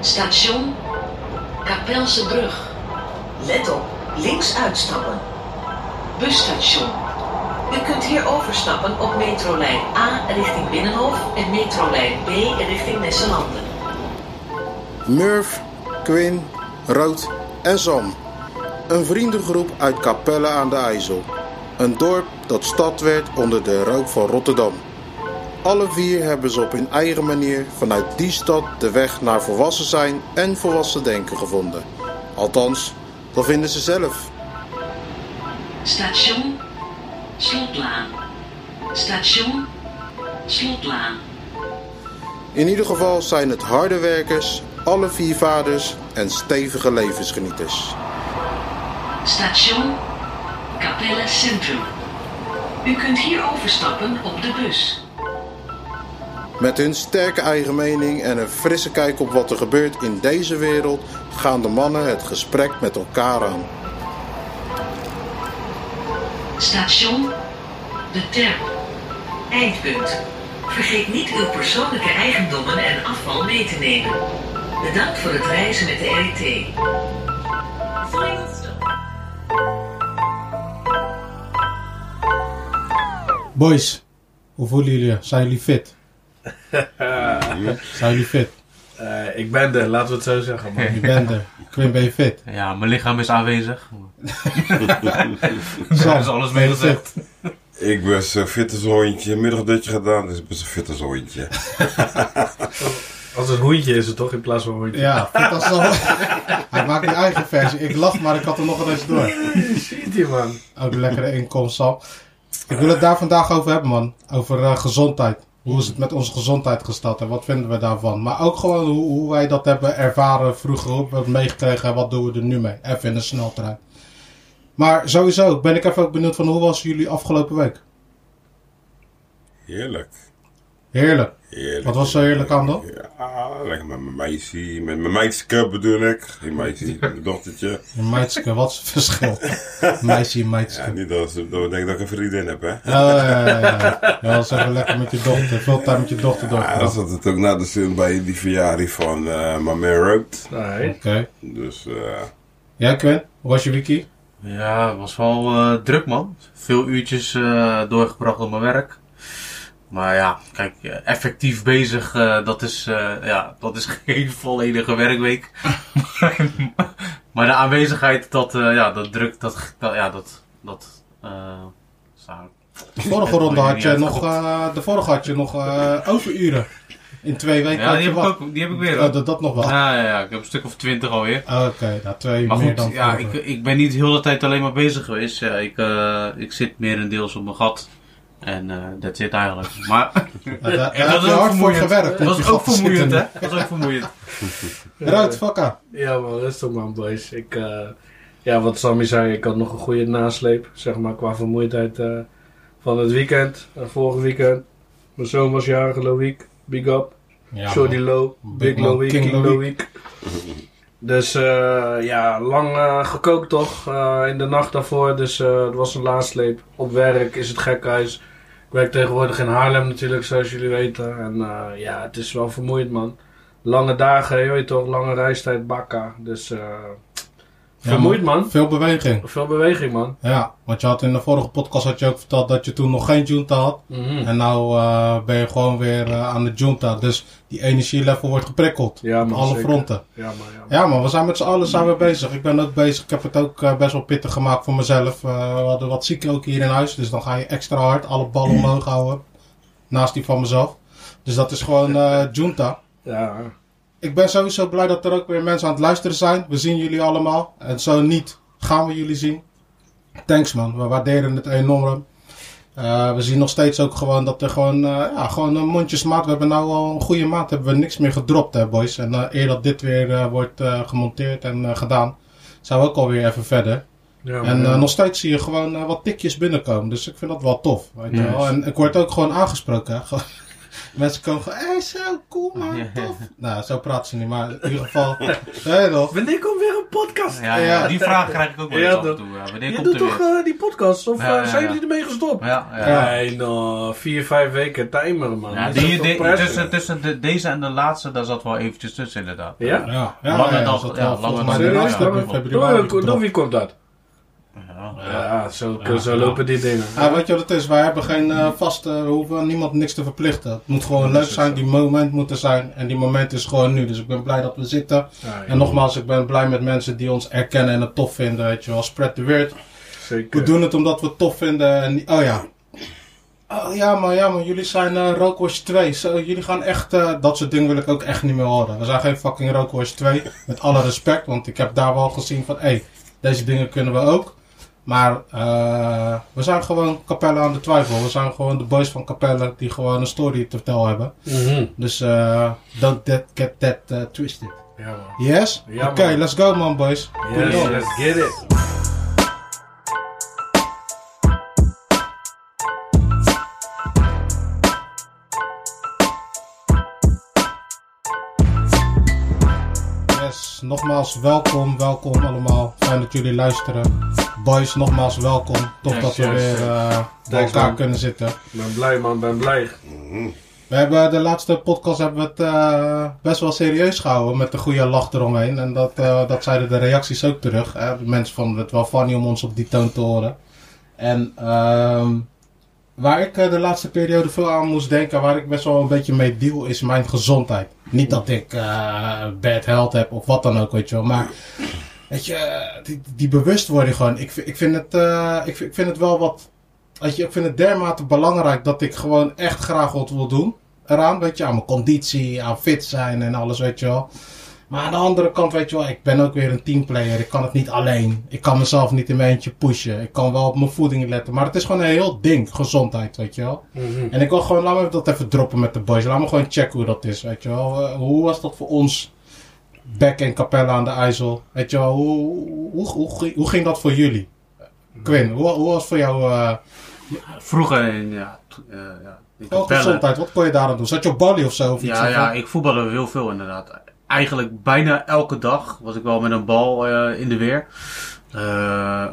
Station Kapelse Brug. Let op, links uitstappen. Busstation. U kunt hier overstappen op metrolijn A richting Binnenhof en metrolijn B richting Nesselanden. Murf, Quinn, Rood en Zam. Een vriendengroep uit Capelle aan de IJssel. Een dorp dat stad werd onder de rook van Rotterdam. Alle vier hebben ze op hun eigen manier vanuit die stad de weg naar volwassen zijn en volwassen denken gevonden. Althans, dat vinden ze zelf. Station Slotlaan. Station Slotlaan. In ieder geval zijn het harde werkers, alle vier vaders en stevige levensgenieters. Station Capelle Centrum. U kunt hier overstappen op de bus. Met hun sterke eigen mening en een frisse kijk op wat er gebeurt in deze wereld gaan de mannen het gesprek met elkaar aan. Station De Terp. Eindpunt. Vergeet niet uw persoonlijke eigendommen en afval mee te nemen. Bedankt voor het reizen met de E RIT. Final stop. Boys, hoe voelen jullie? je? Zijn jullie fit? Zijn jullie fit? Eh, ik ben er, laten we het zo zeggen. Man. Je bent er. Quinn, ben je fit? Ja, mijn lichaam is aanwezig. Sam, Daar is alles mee ben je fit? gezegd. Ik ben zo fit als een hondje. Middagdutje gedaan, dus ik ben zo fit als een hondje. Als het hoentje is het toch in plaats van hondje. Ja, fit als Sam. Hij maakt een eigen versie. Ik lach, maar ik had er nog eens door. Ziet ie man. Ook een lekkere inkomst, Sam. Ik wil het daar vandaag over hebben, man. Over eh, gezondheid. Hoe is het met onze gezondheid gesteld en wat vinden we daarvan? Maar ook gewoon hoe, hoe wij dat hebben ervaren vroeger, hoe we het meegekregen en wat doen we er nu mee? Even in de sneltrein. Maar sowieso ben ik even ook benieuwd van hoe was jullie afgelopen week? Heerlijk. Heerlijk. heerlijk. Wat was zo heerlijk aan dan? Ja, lekker met mijn meisje. Met mijn meidske bedoel ik. Geen meisje, met mijn dochtertje. Een meidske, wat is het verschil? Meisje en meidske. Ja, niet dat ze dat we denken dat ik een vriendin heb, hè. Oh, ja, ja, ja. ja. Ja, dat is even lekker met je dochter. Veel tijd met je dochter Ja, dat doorgebracht. Oké. zat het ook na de zin bij die verjaardag van eh Mama Road. Nee. Dus eh Jij, Quinn? Hoe was je wiki? Ja, het was wel eh, druk man. Veel uurtjes eh, doorgebracht op mijn werk. Maar ja, kijk, eh, effectief bezig, eh, dat, is, eh, ja, dat is geen volledige werkweek. maar de aanwezigheid, dat, eh, ja, dat druk, dat, dat- ja, dat, dat, eh, zou- De vorige Ja, ronde dat had maakt je niet uit, nog, God. eh, de vorige had je nog eh, overuren. In twee weken ja, had die je heb, ik wat. ook, die heb ik weer. Oh, ook. dat, dat nog wel. Ah, ja, ja, ik heb een stuk of twintig alweer. Oké, nou twee Maar meer dan goed, ja, ik, vorige. ik ben niet heel de tijd alleen maar bezig geweest. Ja, ik, eh, ik zit merendeels op mijn gat. En eh dat zit eigenlijk. Maar Ja, daar- daar Ja, heb je hard voor gewerkt. Dat met je was ook gasten vermoeiend, hè? zitten. Dat was ook vermoeiend. Ruud, fakka. Eh, Ja man, rustig man boys. Ik, eh, ja, wat Sammy zei, ik had nog een goede nasleep. Zeg maar qua vermoeidheid eh, van het weekend. en vorig weekend. Mijn zoon was jarige Loïc. Big up. Ja, Shorty man. Low, Big Big man, Low Week, King King, Low Low Week. Dus eh, ja, lang eh, gekookt toch eh, in de nacht daarvoor. Dus eh, het was een laadsleep. Op werk is het gekhuis. Ik werk tegenwoordig in Haarlem natuurlijk, zoals jullie weten. En eh, ja, het is wel vermoeiend man. Lange dagen, je weet toch, lange reistijd, bakka. Dus eh, Ja, vermoeid man. Veel beweging. Veel beweging man. Ja, want je had in de vorige podcast had je ook verteld dat je toen nog geen junta had. Mhm. En nou eh, ben je gewoon weer eh, aan de junta. Dus die energielevel wordt geprikkeld. Ja, op man, alle zeker. fronten. Ja man, ja man. Ja man, we zijn met z'n allen zijn we bezig. Ik ben ook bezig. Ik heb het ook eh, best wel pittig gemaakt voor mezelf. Eh, we hadden wat zieken ook hier in huis. Dus dan ga je extra hard alle ballen omhoog houden. Naast die van mezelf. Dus dat is gewoon eh junta. Ja, Ik ben sowieso blij dat er ook weer mensen aan het luisteren zijn. We zien jullie allemaal. En zo niet, gaan we jullie zien. Thanks man, we waarderen het enorm. Eh, we zien nog steeds ook gewoon dat er gewoon, eh, ja, gewoon een mondjesmaat. We hebben nou al een goede maand, hebben we niks meer gedropt hè boys. En eh, eer dat dit weer eh, wordt eh, gemonteerd en eh, gedaan, zijn we ook alweer even verder. ja man. En eh, ja. nog steeds zie je gewoon eh, wat tikjes binnenkomen. Dus ik vind dat wel tof. Weet je wel. En ik word ook gewoon aangesproken. Hè? Gewoon- Mensen komen gewoon, hé, hey, zo, cool man, Ja. tof. Nou, zo praten ze niet, maar in ieder geval, hey, toch? Wanneer komt weer een podcast? Ja, ja, die vraag krijg ik ook wel eens Ja, af en dat- toe. Ja, wanneer Je komt doet er toch weer? eh, die podcast? Of Ja, eh, ja, zijn ja. jullie ermee gestopt? Ja, ja. Ja. Nee, nou, vier, vijf weken timeren, man. Ja, Is dat die, toch die- prettig? tussen tussen de, deze en de laatste, daar zat wel eventjes tussen inderdaad. Ja? Ja, Langer dan- is dat ja, wel langer volgens mij dan- de ja, laatste ja, in ja. februari Door, door gedropt. wie komt dat? Ja. Ja, zo, Ja. zo lopen die dingen. Ja, Ah, weet je wat het is? Wij hebben geen eh, vaste, we hoeven niemand niks te verplichten. Het moet gewoon leuk zijn, die moment moet er zijn. En die moment is gewoon nu. Dus ik ben blij dat we zitten. Ja, En nogmaals, ik ben blij met mensen die ons erkennen en het tof vinden, weet je wel. Spread the word. We zeker. doen het omdat we het tof vinden. En, niet- oh ja. Oh ja, maar ja, maar jullie zijn eh Rookworst 2. Zo, jullie gaan echt. eh, dat soort dingen wil ik ook echt niet meer horen. We zijn geen fucking Rookworst 2. Met alle respect, want ik heb daar wel gezien van. hé, deze dingen kunnen we ook. Maar eh, we zijn gewoon Capelle aan de twijfel. We zijn gewoon de boys van Capelle die gewoon een story te vertellen hebben. Mhm. Dus eh don't that, get that eh, twisted. Ja, man. Yes? Ja, man. Oké, let's go man boys. Put it Yes, on. let's get it. Yes, nogmaals welkom, welkom allemaal. Fijn dat jullie luisteren. Boys, nogmaals welkom. Tof Yes, dat we yes, weer yes. eh, bij Thanks, elkaar man. kunnen zitten. Ben blij, man. Ben blij. We hebben de laatste podcast hebben we het eh, best wel serieus gehouden met de goede lach eromheen. En dat, eh, dat zeiden de reacties ook terug. Hè. De mensen vonden het wel funny om ons op die toon te horen. En ehm, waar ik eh, de laatste periode veel aan moest denken, waar ik best wel een beetje mee deal, is mijn gezondheid. Niet dat ik eh bad health heb of wat dan ook, weet je wel. Maar weet je, eh, die, die bewustwording gewoon. Ik, vind- ik, vind het, eh, ik, vind- ik vind het wel wat... Weet je, ik vind het dermate belangrijk dat ik gewoon echt graag wat wil doen eraan, weet je, aan mijn conditie, aan fit zijn en alles, weet je wel. Maar aan de andere kant, weet je wel, ik ben ook weer een teamplayer. Ik kan het niet alleen. Ik kan mezelf niet in mijn eentje pushen. Ik kan wel op mijn voeding letten. Maar het is gewoon een heel ding, gezondheid, weet je wel. Mhm. En ik wil gewoon, laat me dat even droppen met de boys. Laat me gewoon checken hoe dat is, weet je wel. Eh, hoe was dat voor ons, Beck en Capella aan de IJssel? Weet je wel, hoe, hoe, hoe, hoe ging dat voor jullie? Quinn, hoe, hoe was voor jou eh, Vroeger, in, ja, t- eh, ja, ik jouw kan tellen. gezondheid? Wat kon je daar aan doen? Zat je op Bali of zo? Of iets, Ja, of- ja, ik voetbalde heel veel inderdaad. Eigenlijk bijna elke dag was ik wel met een bal eh, in de weer. Eh,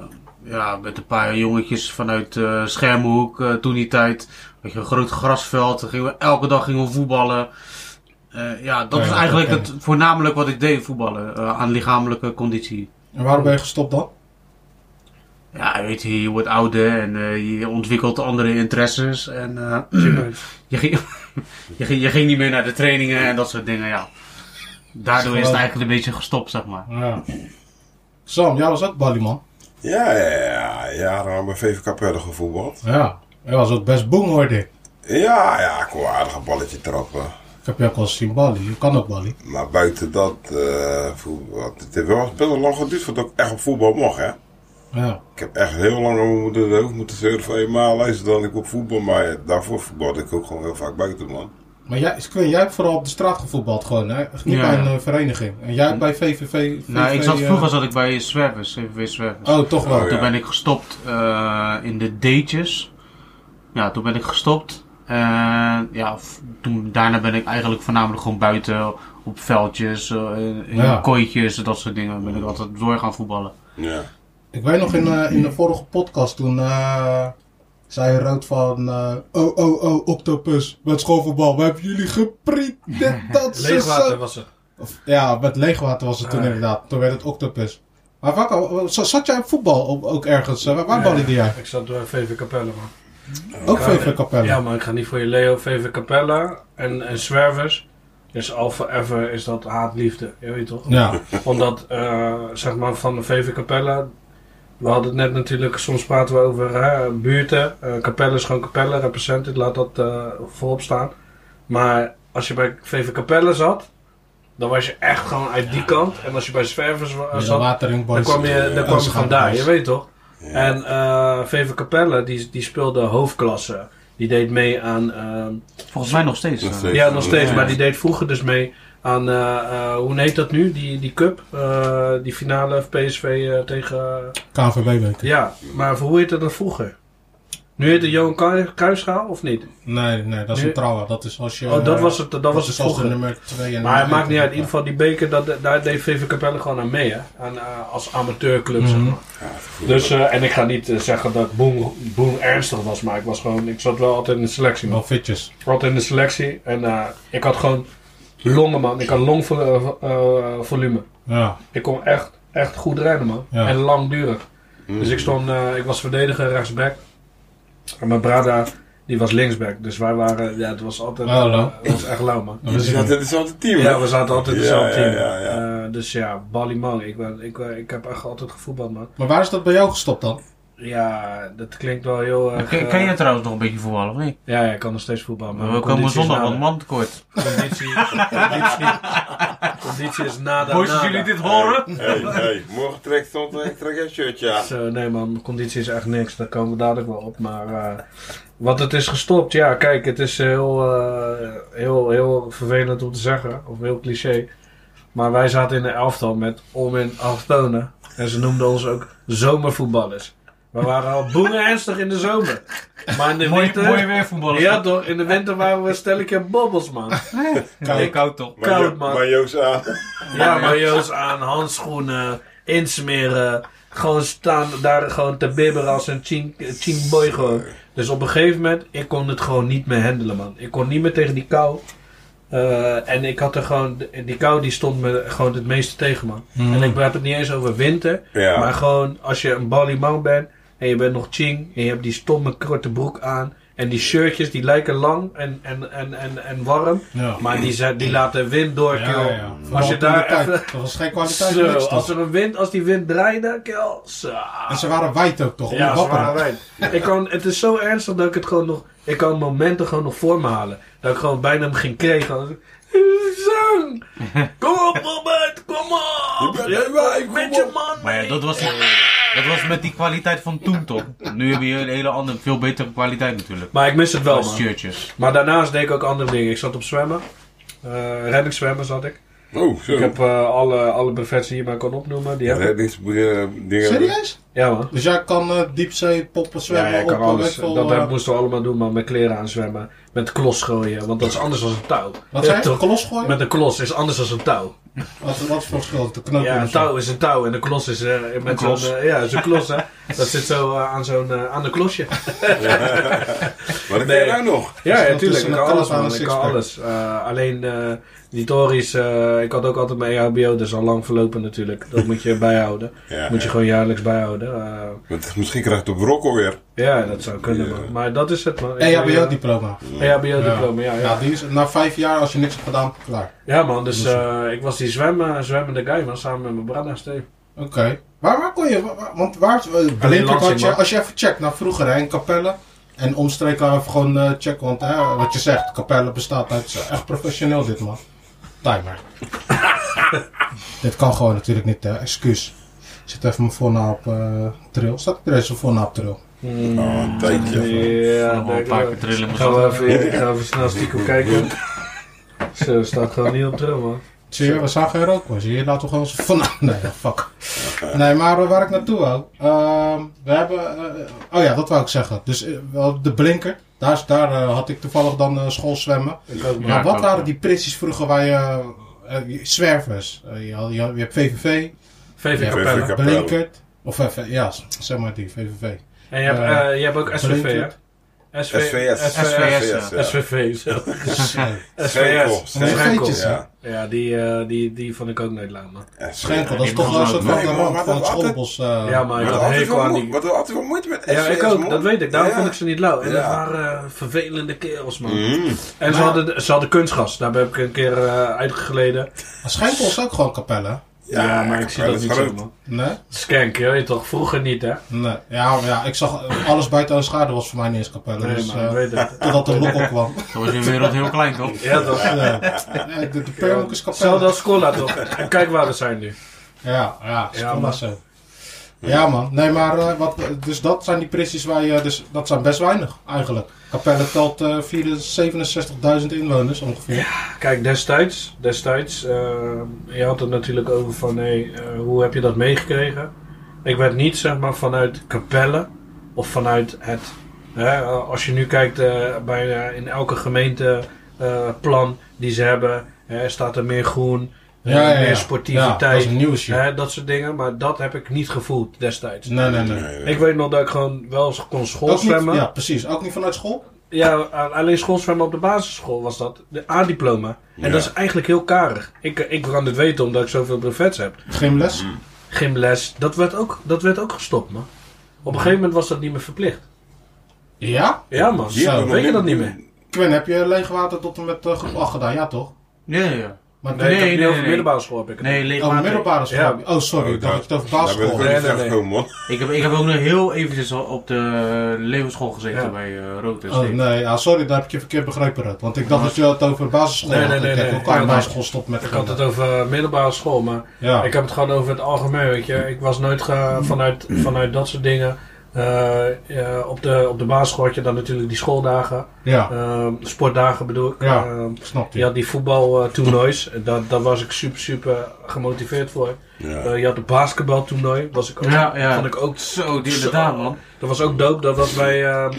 ja, met een paar jongetjes vanuit eh Schermenhoek eh, toen die tijd. Weet je, een groot grasveld. Dan gingen we, elke dag gingen we voetballen. Eh, ja, dat Ja, was ja, eigenlijk oké. het, voornamelijk wat ik deed, voetballen. eh, aan lichamelijke conditie. En waarom ben je gestopt dan? Ja, weet je, je wordt ouder en eh, je ontwikkelt andere interesses. En eh, je, ging, je, ging, je ging niet meer naar de trainingen en dat soort dingen, ja. Daardoor is het eigenlijk een beetje gestopt, zeg maar. Ja. Sam, jij was ook balieman. Ja, ja, ja. Jarenlang bij VVK Pelle gevoetbald. Ja. Jij was ook best boem hoorde ik. Ja, ja, ik kon aardig een balletje trappen. Ik heb je ook al eens zien balie. Je kan ook balie. Maar buiten dat, eh, voetbal, het heeft wel best wel lang geduurd voordat ik echt op voetbal mocht, hè. Ja. Ik heb echt heel lang aan mijn moeder de hoofd moeten zeuren van, hey, maar luister dan, ik op voetbal. Maar daarvoor voetbalde ik ook gewoon heel vaak buiten, man. Maar jij, Quinn, jij hebt vooral op de straat gevoetbald gewoon, hè? Niet Ja. bij een eh, vereniging. En jij hebt bij VVV... VVV Nou, ik zat, eh, vroeger zat ik bij Zwervers, CVV Zwervers. Oh, toch wel. Oh, Toen ja. ben ik gestopt eh, in de D'tjes. Ja, toen ben ik gestopt. En ja, v- toen, daarna ben ik eigenlijk voornamelijk gewoon buiten op veldjes, eh, in Ja. kooitjes, dat soort dingen. Ben ik altijd door gaan voetballen. Ja. Ik weet nog in, eh, in de vorige podcast toen... eh, zei Rood van... eh, oh, oh, oh, Octopus. Met schoolvoetbal. We hebben jullie gepriet. Dit, dat, zo, zo. Leegwater was het. Of, ja, met leegwater was het toen Ah. inderdaad. Toen werd het octopus. Maar waar, z- zat jij op voetbal op- ook ergens? Eh, Waar, waar balliede jij? Ik zat door VV Capelle, man. Ook Capelle. VV Capelle. Ja, maar ik ga niet voor je Leo, VV Capella en, en Zwervers. Is al forever is dat haatliefde, je weet toch? Ja, Omdat, eh, zeg maar, van de VV Capella... We hadden het net natuurlijk, soms praten we over hè, buurten. eh Capelle is gewoon Capelle, represented, laat dat eh, voorop staan. Maar als je bij VV Capelle zat, dan was je echt gewoon uit die kant. En als je bij Zwervers wa- dus zat, watering dan boys. kwam je, dan eh, kwam je ze gaan vandaar, thuis. je weet toch? Ja. En eh VV Capelle, die, die speelde hoofdklasse. Die deed mee aan... ehm, Volgens mij nog steeds. Nog eh. steeds. ja, nog steeds. Ja. Maar die deed vroeger dus mee aan... eh, eh, hoe heet dat nu? Die, die cup. eh, die finale PSV eh, tegen... KNVB weken. ja, maar hoe heette dat vroeger? Nu heet het Johan Kru- Cruijffschaal, of niet? Nee, nee, dat is Nu- een trouwen. Dat is als je... eh, Oh, dat was het, dat was dat het is als de vroeger. nummer 2 en Maar het maakt niet uit, in ieder info. geval die beker, dat, daar deed VV Capelle gewoon aan mee, hè? Aan, eh, als amateurclub, zeg Mhm. maar. Dus, eh, en ik ga niet eh, zeggen dat Boen, Boen ernstig was, maar ik, was gewoon, ik zat wel altijd in de selectie, man. Wel fitjes. altijd in de selectie en eh, ik had gewoon longen, man. Ik had longvolume. eh, volume. Ja. ik kon echt, echt goed rennen, man. Ja. En langdurig. Hmm. Dus ik stond, eh, ik was verdediger rechtsback. En mijn brada, die was linksback. Dus wij waren, ja, het was altijd, Ah, lauw. eh, het was echt lauw, man. Dat is Dat is altijd team, hè? Ja, we zaten altijd in Ja, hetzelfde team. ja, ja, Eh, dus ja, Ballyman. Ik, ben- ik, ben- ik heb echt altijd gevoetbald, man. Maar waar is dat bij jou gestopt dan? Ja, dat klinkt wel heel erg... Ken, eh, ken jij trouwens nog een beetje voetballen of niet? Ja, ja, ik kan nog steeds voetballen. Maar we mijn komen conditie is zondag, want nada. man tekort. Conditie, conditie, conditie is nada, Boys, als nada. jullie dit horen? Hey, hey, morgen trek, stond, trek, trek een shirtje aan. Zo, nee man, conditie is echt niks. Daar komen we dadelijk wel op. Maar eh, wat het is gestopt, ja, kijk, het is heel, eh, heel, heel vervelend om te zeggen. Of heel cliché. Maar wij zaten in de elftal met om in allochtonen. En ze noemden ons ook zomervoetballers. We waren al boerenernstig in de zomer. Maar in de Mooi, winter... mooi weer voetballen. ja toch, in de winter waren we een stelletje bobbels man. Nee, koud toch? Maar koud, Jo- man. Maar Joost aan. Ja, majo's aan, handschoenen, insmeren. Gewoon staan daar gewoon te bibberen als een ching- ching boy gewoon. Dus op een gegeven moment, ik kon het gewoon niet meer handelen, man. Ik kon niet meer tegen die kou. Eh, en ik had er gewoon, die kou die stond me gewoon het meeste tegen, man. En ik heb het niet eens over winter, Ja. maar gewoon als je een ballyman bent en je bent nog ching en je hebt die stomme korte broek aan. En die shirtjes die lijken lang en, en, en, en, en warm, Ja. maar die, zijn- die laten wind door, Ja, kerel. ja, ja. Vooral Als je toen de daar tijd. even... Dat was geen kwaliteit. Zo, niks, toch? als er een wind, als die wind draaide, kerel. Zo. En ze waren wijd ook toch? Ja, Onwapperend. zware wijn. Ik kan, het is zo ernstig dat ik het gewoon nog... Ik kan momenten gewoon nog voor me halen. Dat ik gewoon bijna hem ging kregen. Zang! Kom op, Robert! Kom op! Je bent erbij, kom met je op. man Maar ja, dat was, dat was met die kwaliteit van toen toch? Nu heb je een hele andere, veel betere kwaliteit natuurlijk. Maar ik mis het wel, Als man. shirtjes. Maar daarnaast deed ik ook andere dingen. Ik zat op zwemmen. Eh reddingszwemmen zat ik. Oh, zo. Ik heb eh, alle, alle buffets die je maar kon opnoemen. Die heb ik. eh, Reddingsdingen. Serieus? Ja, man. Dus jij kan eh, diepzee, poppen, Ja, zwemmen, ja, kan op, alles. weet ik veel, Dat eh, dat moesten we allemaal doen, maar met kleren aan zwemmen. Met klos gooien, want dat is anders dan een touw. Wat zei Ja, je? toch? Kolos gooien? Met een klos is anders dan een touw. Wat, wat is het verschil? De knoop Ja, in een of zo? touw is een touw en een klos is eh, met zo'n... klos. eh, ja, is een klos, hè. Dat zit zo eh, aan zo'n... eh, aan een klosje. Maar dat Nee. ken je nou nog. Ja, Dus dat ja is tuurlijk. Ik een kan klas alles, aan man. een Ik kan sixpack. alles. Eh, alleen eh, die Tories... eh, ik had ook altijd mijn EHBO, dus al lang verlopen natuurlijk. Dat moet je bijhouden. Ja, moet je gewoon jaarlijks bijhouden. Eh, Want misschien krijgt het op Rocco weer. ja, dat zou kunnen, Ja. man. Maar dat is het, E man. Ik- E EHBO-diploma. EHBO-diploma, ja. ja. Ja, die is na vijf jaar, als je niks hebt gedaan, klaar. Ja man, dus eh, ik was die zwemmen, zwemmende guy man, samen met mijn brada Steve. Oké. Waar, waar kon je, wa- wa- want waar, eh, Blinkert had je, Lansingman. als je even checkt naar vroeger hè, in Capelle en omstreken even gewoon eh, checken, want hè, wat je zegt, Capelle bestaat uit, eh, echt professioneel dit man. Timer. dit kan gewoon natuurlijk niet, hè, excuus. Ik zit even mijn voornaam op eh trail. Staat er deze voornaam op trail? Oh, een tijdje. Ja, Nog wel een denk eh, paar ik keer wel. trillen moest Gaan we dat. even, ik ga even snel stiekem kijken. Zo, staat gewoon niet op terug man. Zie je, we zijn geen rook hoor. Zie je, laten we gewoon eens van... Nee, fuck. Nee, maar eh, waar ik naartoe wou. ehm, we hebben... eh, oh ja, dat wou ik zeggen. Dus eh, wel de blinker. Daar, is- daar eh, had ik toevallig dan eh schoolzwemmen. Ik ook, man. Ja, maar wat ik ook, waren ja. die pritjes vroeger waar je... eh, je- zwervers. Eh, je, had- je, had- je hebt VVV. VV Ja, Capelle. VV. Capelle. Blinkert. Of even, ja, z- zeg maar die, VVV. En je hebt, Eh, eh, je hebt ook SVV Blinkert. hè? SV, SVS. SVS. SVS, ja. SVV. zo. Nee, SVS. Nee, Schenkel. geetjes, hè. Ja. Ja, die, eh, die, die vond ik ook nooit laat man. En Schenkel, dat is die toch mogen wel een we soort ook van nooit. de rand van het Maar altijd- schoolbos. eh, Ja, maar ik had Oh. Maar dat een had ik hekel wel aan moe- die... wat had ik wel moeite met Ja, ik SVS, ook, man. dat weet ik. Daarom Ja. vond ik ze niet lauw. En dat Ja. waren eh, vervelende kerels, man. Mm. En ze hadden, ze hadden kunstgas. Daar heb ik een keer eh, uitgegleden. maar Schenkel is ook gewoon kapellen. Ja, maar ik zie dat niet zo, groot. man. Nee? Skank, je weet toch? Vroeger niet, hè? Nee, ja, maar ja, ik zag eh, alles buiten de schade was voor mij niet eens kapellen. Nee, dus, maar eh, ik weet het. totdat de lokkel kwam. Toen was je wereld heel klein toch? Ja, toch? Nee, nee, de, de permank is kapellen. Hetzelfde als Cola, toch? En kijk waar we zijn nu. Ja, ja, Ja, ja man. zo. Ja man, nee maar, eh, wat, dus dat zijn die precies waar je, dus dat zijn best weinig eigenlijk. Capelle telt eh, 4 67.000 inwoners ongeveer. Kijk, destijds, destijds eh, je had het natuurlijk over van, hé, eh, hoe heb je dat meegekregen? Ik werd niet, zeg maar, vanuit Capelle of vanuit het Hè, eh, als je nu kijkt eh, bij, eh, in elke gemeente eh, plan die ze hebben, hè, staat er meer groen, eh, meer sportiviteit. Ja, dat is een nieuwe shit. hè, dat soort dingen, maar dat heb ik niet gevoeld destijds. Nee, nee, nee. Nee, nee. Ik weet nog dat ik gewoon wel eens kon Ook niet- schoolzwemmen. ja, Ja, precies. Ook niet vanuit school? a- alleen schoolzwemmen op de basisschool was dat. De A-diploma. En Ja. dat is eigenlijk heel karig. Ik, eh, ik kan dit weten omdat ik zoveel brevets heb. Geen les? Gymles, dat werd ook, dat werd ook gestopt, man. Op een gegeven moment was dat niet meer verplicht. Ja? Ja, man. Hier hebben we weet je nog dat niet meer? Quinn, heb je leegwater tot en met eh, groep 8 gedaan? Ja, toch? Ja, ja, ja. Maar Nee, Nee, ik heb nee, niet over nee. middelbare school heb ik het. Nee, Oh, leegwater. middelbare school. Ja. Oh, sorry. ik daar- dacht dat je het over Daar ben basisschool ik had. wel Nee, niet nee, nee. terecht gekomen, man. Ik heb, ik heb ook nog heel eventjes al op de leeuwenschool gezeten Ja. nou. bij eh Rood en Oh, Steek. nee. Ja, sorry, daar heb ik je verkeerd begrepen, Rut. Want ik dacht dat je het over basisschool Nee, had. nee, Ik nee, heb nee. ook aan Ja, basisschool stopt met Ik had het gillen. over eh, middelbare school, maar Ja. ik heb het gewoon over het algemeen, weet je. Ik was nooit ge- vanuit, vanuit dat soort dingen. eh, eh, op, de, op de basisschool had je dan natuurlijk die schooldagen, Ja, eh, sportdagen bedoel ik. Ja. Eh, snap je je. had die voetbaltoernoois, eh, daar, daar was ik super, super gemotiveerd voor. Ja. Eh, je had de basketbaltoernooi, was ik ook, Ja, ja. vond ik ook Zo, die inderdaad, Zo. man. Dat was ook dope, dat was bij ehm,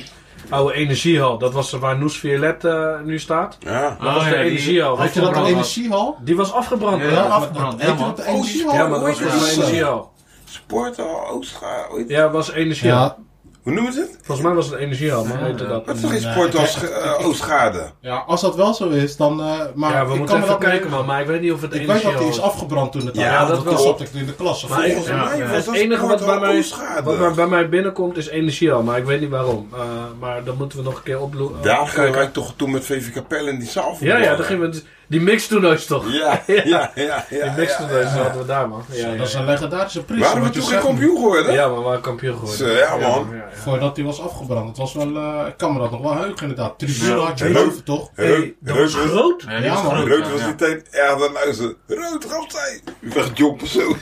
Oude Energiehal. Dat was waar Noes Violet eh, nu staat. Ja. Dat was Oh, de Energiehal. Had je dat een Afgebrand. energiehal? Die was afgebrand. Ja, hè? ja. Ja, afgebrand. Heet Ja, dat de man. energiehal? maar dat was Ja, wel een zo. Energiehal. Sport, oh, Oostscha... hoe heet- Ja, het was Energiehal. Ja, Hoe noemen ze het? Volgens mij was het Energiehal, maar heette dat. Dat is toch geen Nee, sport ik- als ge- eh, Oostschade? ja, als dat wel zo is, dan... eh, maar Ja, ik we kan moeten me even dat kijken, niet- man. Maar ik weet niet of het Ik weet dat Energiehal die is is. afgeland toen het Ja, aan- dat wel. zat ik in de klas. Maar volgens ik- mij. mij was Het dat enige wat sport bij, al mij, Oostschade. wat bij- bij mij binnenkomt is Energiehal, maar ik weet niet waarom. Eh, maar dat moeten we nog een keer oplopen. Daar gingen wij toch toen met VV Capelle in die zaal Ja, ja, voetballen. daar gingen we... dus- Die mixtoernoois toch? Ja, ja, ja, ja. Die ja, mixtoernoois ja. hadden we daar, man. Ja, ja, Dat is ja. een legendarische prijs. Waren we toen geen kampioen geworden? Ja, maar we waren kampioen geworden. Zo, ja, man. Ja, ja. Voordat die was afgebrand. Het was wel, eh, ik kan me dat nog wel heugen inderdaad. Tribune had je Leuk. boven toch? Hey, Reut- dat was Reut- groot. Ja, die Ja, was man. groot, Reut ja, was ja. die tijd. Ja, dan luister. Reut gaf zij. U werd John persoon.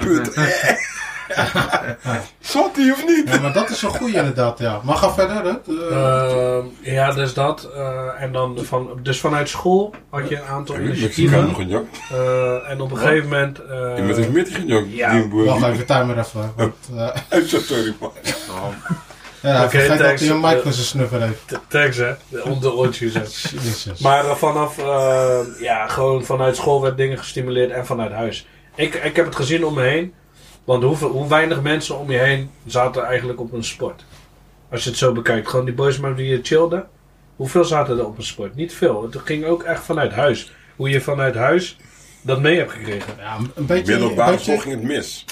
Punt. Eh. Zat hij of niet? Ja, maar dat is een goeie inderdaad, ja. Maar ga verder, hè. Eh, Ehm, ja, dus dat. eh, en dan van, dus vanuit school had je een aantal initiatieven. nog een jak. Eh, en op een gegeven moment. Je bent een eh met een jak. ja. Die boer- wacht Eh, even, timer even. Want, eh, Uit, Sorry man. ja, Oké, vergeet dat thanks. hij een mic Eh, voor zijn snuffer heeft. t- tags, hè? Om de oortjes. hè. Jezus. Maar eh, vanaf. eh, ja, gewoon vanuit school werd dingen gestimuleerd en vanuit huis. Ik, ik heb het gezien om me heen. Want hoeveel, hoe weinig mensen om je heen zaten eigenlijk op een sport. Als je het zo bekijkt. Gewoon die boys maar die je chillden. Hoeveel zaten er op een sport? Niet veel. Het ging ook echt vanuit huis. Hoe je vanuit huis dat mee hebt gekregen. ja, een beetje... een Middelbare beetje school ging het mis.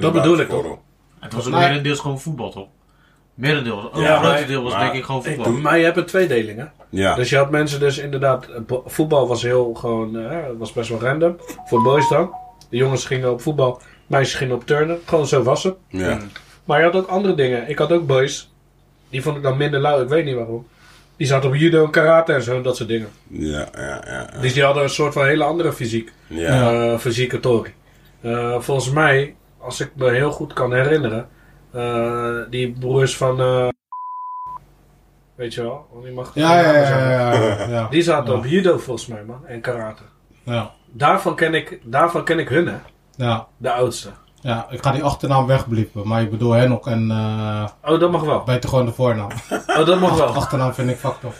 Dat bedoel ik ook. Het was ook Maar- merendeels gewoon voetbal, toch? Merendeels. Ook Ja, een grote maar- deel was maar- denk ik gewoon voetbal. Maar je hebt een tweedeling, hè? Ja. Dus je had mensen dus inderdaad... eh, bo- Voetbal was heel gewoon... eh, was best wel random. Voor boys dan. De jongens gingen op voetbal. Meisjes gingen op turnen. Gewoon zo was het. Ja. Maar je had ook andere dingen. Ik had ook boys. Die vond ik dan minder lauw. Ik weet niet waarom. Die zaten op judo en karate en zo. en Dat soort dingen. Ja, ja, ja. ja. Dus die hadden een soort van hele andere fysiek. Ja. eh, fysieke tory. Eh, volgens mij, als ik me heel goed kan herinneren, eh, die broers van. eh, weet je wel, want die mag. Ja, ja, ja, ja, ja, ja. Die zaten Ja. op judo volgens mij, man, en karate. Ja, Daarvan ken ik, daarvan ken ik hun, hè, ja. de oudste. Ja, ik ga die achternaam wegbliepen, maar ik bedoel Henok en eh Oh, dat mag wel. beter gewoon de voornaam. Oh, dat mag wel. Achternaam vind ik fucked up.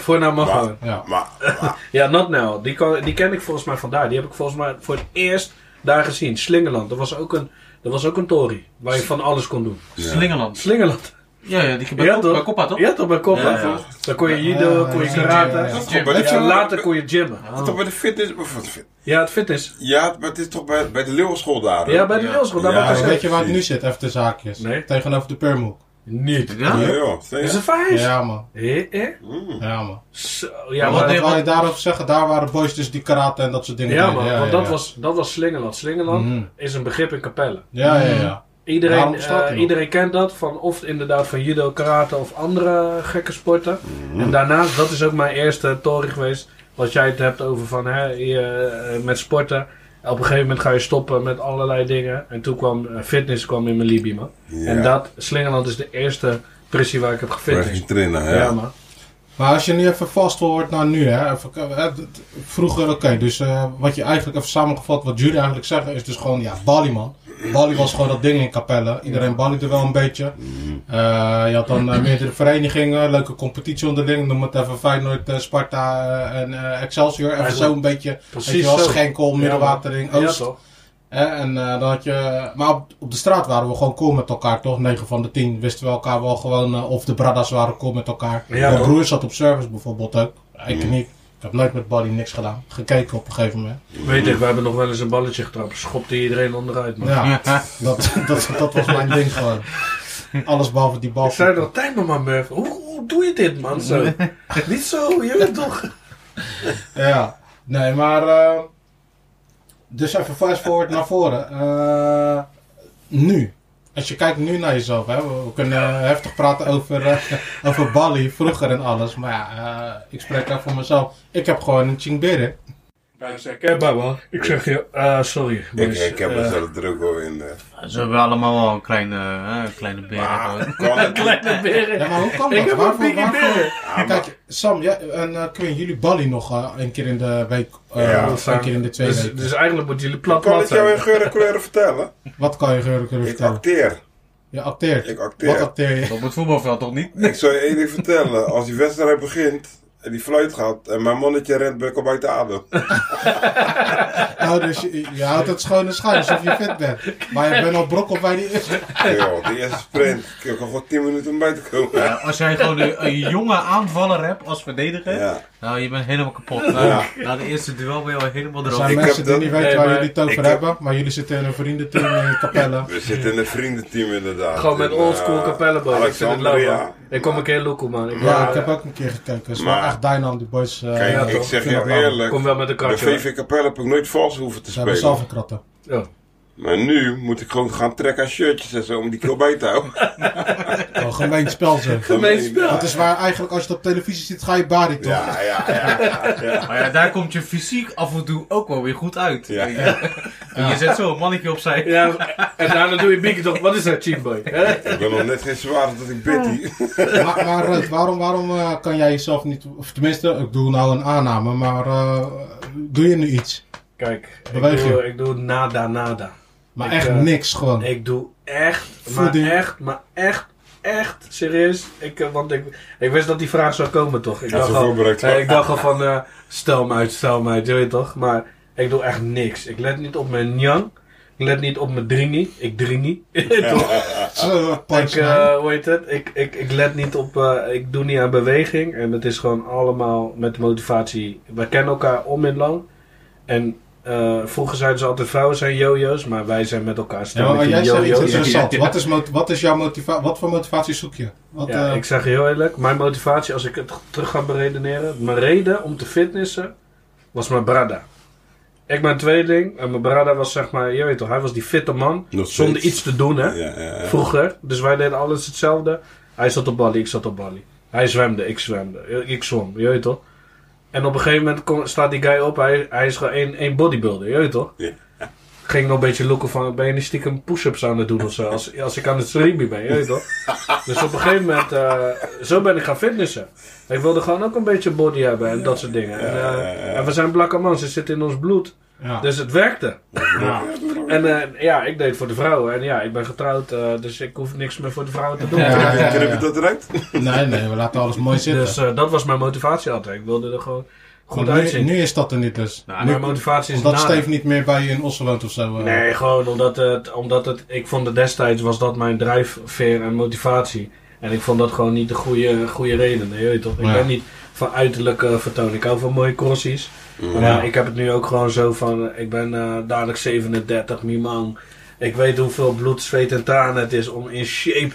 Voornaam mag Maar- gewoon. Ja. Maar, maar Ja, Not Now. Die, kan, die ken ik volgens mij vandaar. Die heb ik volgens mij voor het eerst daar gezien. Slingerland. Dat was ook een, dat was ook een tory waar je van alles kon doen. Slingerland. Slingerland. Ja, ja, die bij, Kop- bij Koppa, toch? Ja, toch bij Koppa. Ja, ja. Dan kon je judo, kon je karate. Ja, ja, dat is ja. toch bij En de later kon je gymmen. Dat toch bij de fitness... of wat fit- Ja, het fitness. Ja, maar het is toch bij, bij de leeuwenschool daar? hè? Ja, bij de Wilschool. Daar Ja, mag Dus ik weet je waar het nu zit, even de zaakjes? Nee. Tegenover de Permhoek. Niet. Ja? Ja, joh. Is het Steeds. vijs? Ja. Ja, man. Ja, man. Zo, ja, Maar maar... Wat nee, wil je daarover zeggen? Daar waren boys dus die karate en dat soort dingen. Ja, deden. man, want dat, ja. Was, dat was Slingerland. Slingerland Mhm. is een begrip in Capelle. Ja, ja, ja. Waarom Iedereen, bestaat die eh, nog? iedereen kent dat, van of inderdaad van judo, karate of andere gekke sporten. En daarnaast, dat is ook mijn eerste tory geweest, wat jij het hebt over van hè, je, eh, met sporten. Op een gegeven moment ga je stoppen met allerlei dingen. En toen kwam eh, fitness kwam in mijn Libië, man. En dat, Slingerland is de eerste pressie waar ik heb gefitness. Fitness. trainen, Ja, ja. man. Maar als je nu even vast hoort naar nu, hè. Even, eh, d- d- vroeger, oké, dus eh, wat je eigenlijk even samengevat, wat jullie eigenlijk zeggen, is dus gewoon, ja, Bali, man. Bali was gewoon dat ding in Capelle. Iedereen balliede wel een beetje. Eh, je had dan eh, meerdere verenigingen, leuke competitie onderling. Noem het even Feyenoord, eh, Sparta eh, en eh, Excelsior. Even Eigenlijk zo'n beetje. precies weet je wel, zo. Schenkel, Middenwatering, Oost. Ja, toch? Hè, en eh, dan had je, maar op, op de straat waren we gewoon cool met elkaar, toch? 9 van de 10 wisten we elkaar wel gewoon, eh, of de Bradas waren cool met elkaar. Ja, Mijn hoor. broer zat op service bijvoorbeeld ook. Ik niet. Ik heb nooit met Bali niks gedaan. Gekeken op een gegeven moment. Weet ik, we hebben nog wel eens een balletje getrapt. Schopte iedereen onderuit, man. Ja, dat, dat, dat was mijn ding gewoon. Alles behalve die bal. Ik zei nog, tijd nog maar, Murph. Hoe, hoe doe je dit, man? Zo. Niet zo, je weet toch? Ja, nee, maar. eh, dus even fast forward naar voren. Eh, nu. Als je kijkt nu naar jezelf, hè, we, we kunnen heftig praten over, eh, over Bali vroeger en alles. Maar ja, eh, ik spreek daar voor mezelf. Ik heb gewoon een Chingbere. Hij is herkenbaar, man. Ik zeg je, eh, sorry. Ik, boys. ik heb Eh, mezelf druk hoor in. eh, Ze hebben allemaal wel een kleine, eh, een kleine berg. Ah, kan het niet? Kleine beren. Ja, maar hoe kan dat? Ik heb een Waarvoor- biggie waarvoor- beren. Kijk, Sam ja, en eh, kunnen jullie Bali nog eh, een keer in de week eh, Ja, of een keer in de twee dus, weken? dus eigenlijk moeten jullie plat Kan plat ik jou in zijn. geur en kleuren vertellen? Wat kan je Geuren kunnen Ik vertellen? acteer. Je acteert. Ik Wat acteer. acteer je? Op het voetbalveld toch niet? Ik zou je één ding vertellen. Als die wedstrijd begint en die fluit gaat en mijn mannetje rent, ben ik al buiten adem. Nou, dus je, je houdt het schone schuin alsof je fit bent. Maar je bent al brokkel bij die eerste. Yo, die eerste sprint. Ik kan gewoon 10 minuten om bij te komen. Ja, als jij gewoon een, een jonge aanvaller hebt als verdediger, Ja. nou je bent helemaal kapot. Nou, Ja. Na de eerste duel ben je al helemaal Er zijn erop. mensen heb die dat- niet weten Nee, waar maar jullie het over ik heb- hebben. Maar jullie zitten in een vriendenteam in Capelle. We zitten in het vriendenteam inderdaad. Gewoon met En, oldschool eh, kapellenboy. Ik vind het leuk, man. Alexandria. Ik kom een keer loco, man. Ik, Ja, eh, ik heb ook een keer gekeken. Het is wel Maar- echt Dynan, die boys. eh, Kijk, Ja, ik toch? zeg Vind je dat wel. eerlijk. kom wel met een De kartje. man. VV Capelle heb ik nooit vals hoeven te Ze hebben spelen. zelf een kratten. Ja. Maar nu moet ik gewoon gaan trekken aan shirtjes en zo om die keel bij te houden. Gewoon gemeen spel zeg. Gemeen spel. Want het is waar eigenlijk als je het op televisie ziet, ga je bari toch? Ja, ja, ja. ja, ja. Maar ja, daar komt je fysiek af en toe ook wel weer goed uit. Ja. Weet je? En je zet zo een mannetje opzij. ja, en daarna doe je Biggie toch, wat is dat, cheapboy? Hè? Ik ben nog net geen zwaar dat ik bid hier. Maar, maar Ruud, waarom, waarom eh, kan jij jezelf niet... Of tenminste, ik doe nou een aanname, maar eh, doe je nu iets? Kijk, ik Beweeg je. doe, ik doe nada nada. Maar Ik, echt eh, niks gewoon. Ik doe echt, maar Voeding. echt, maar echt, echt serieus. Ik, eh, want ik, ik wist dat die vraag zou komen, toch? Ik Ja, dacht zo al, voorbereid. eh, ik dacht al van, eh, stel me uit, stel me uit, je weet toch? Maar ik doe echt niks. Ik let niet op mijn nyang. Ik let niet op mijn dringie. Ik dringie. toch? Zo, Ik, punchline. eh, hoe heet het? Ik, ik, ik let niet op, eh, ik doe niet aan beweging. En het is gewoon allemaal met de motivatie. We kennen elkaar om en lang. En eh, vroeger zeiden ze altijd vrouwen zijn jojo's, maar wij zijn met elkaar Ja, maar stelletje jij zegt iets jojo's. interessants. Ja. Wat, is mot- wat, is jouw motiva wat voor motivatie zoek je? Wat, Ja, eh, ik zeg je heel eerlijk, mijn motivatie als ik het terug ga beredeneren, mijn reden om te fitnessen was mijn brada. Ik ben tweeling en mijn brada was zeg maar, je weet toch, hij was die fitte man Nog zonder steeds. iets te doen hè, Ja, ja, ja. vroeger. Dus wij deden alles hetzelfde. Hij zat op Bali, ik zat op Bali. Hij zwemde, ik zwemde, ik zwom, je weet toch. En op een gegeven moment kon- staat die guy op, hij, hij is gewoon één, één bodybuilder, je weet toch. Ja. Ging nog een beetje looken van, ben je niet stiekem push-ups aan het doen of zo, als, als ik aan het streamen ben, je weet toch. Dus op een gegeven moment, eh, zo ben ik gaan fitnessen. Ik wilde gewoon ook een beetje body hebben en dat soort dingen. En, eh, en we zijn blakke man, ze zitten in ons bloed. ja. Dus het werkte. Ja. En eh, ja, ik deed voor de vrouwen. En ja, ik ben getrouwd, eh, dus ik hoef niks meer voor de vrouwen te doen. Ja, ja, ja. Knip je dat eruit? Nee, nee, we laten alles mooi zitten. Dus eh, dat was mijn motivatie altijd. Ik wilde er gewoon goed Maar nu, uitzien. nu is dat er niet dus. Nou, nu, mijn motivatie is omdat nada. Steve niet meer bij je in Oslo woont of zo. eh. Nee, gewoon omdat het, omdat het... Ik vond het destijds, was dat mijn drijfveer en motivatie. En ik vond dat gewoon niet de goede, goede reden. Nee, je weet toch? Ik Ja. ben niet van uiterlijke vertoon. Ik hou van mooie crossies. Maar ik heb het nu ook gewoon zo van... eh, Ik ben eh, dadelijk 37, mimang. Ik weet hoeveel bloed, zweet en tranen het is om in shape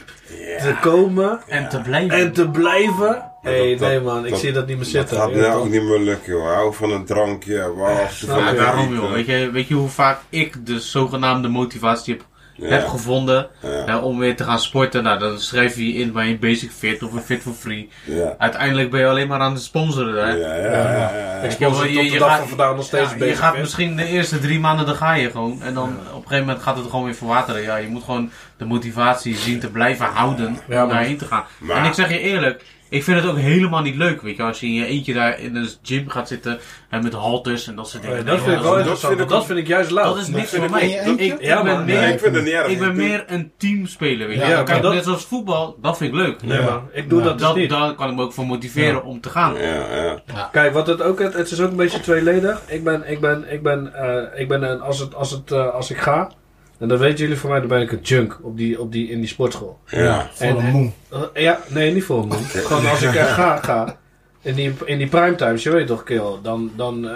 te komen En te blijven. en te blijven. hey, dat- nee man, ik dat- zie dat niet meer Dat zitten. gaat je weet nou toch? ook niet meer lukken, joh. Hou van een drankje. Wauw. snap Ja, ik. daarom joh. Weet je, weet je hoe vaak ik de zogenaamde motivatie heb, heb gevonden eh, om weer te gaan sporten? Nou, dan schrijf je je in bij een Basic Fit of een Fit for Free. Ja, Uiteindelijk ben je alleen maar aan het sponsoren. Hè? ja, ja. ja, ja. Ik sponsor Je- tot je de dag gaat- van vandaag nog steeds Ja, je bezig. gaat hè? misschien de eerste drie maanden, dan ga je gewoon. En dan op gegeven moment gaat het gewoon weer verwateren. Ja, je moet gewoon de motivatie zien te blijven houden Ja, om maar- daarheen te gaan. Maar- En ik zeg je eerlijk, ik vind het ook helemaal niet leuk. Weet je, als je in je eentje daar in een gym gaat zitten en met halters en dat soort dingen. Nee, Oh dat Ja, vind ik wel dat- interessant. vind want ik Dat ook- vind ik juist lauw. dat is niks voor vind ik mij. ook- dat- Ik, Ja, ik ben maar- meer, Nee, ik vind het niet erg. ik ben Ik- meer een teamspeler. Weet je. Ja, maar Kijk, dat- net zoals voetbal, dat vind ik leuk. Nee, maar ik doe dat dus dat, niet. daar kan ik me ook voor motiveren om te gaan. Ja, ja. Kijk, wat het ook, het, het is ook een beetje tweeledig. Ik ben, ik ben, ik ben, eh, ik ben een, als, het, als, het, eh, als ik ga, en dat weten jullie van mij, dan ben ik een junk op die, op die, in die sportschool. ja. Voor En- een moe. Eh, ja, nee, niet voor me. Gewoon als ik er ga, ga. In die, in die primetimes, je weet toch, kill. Dan, dan, eh,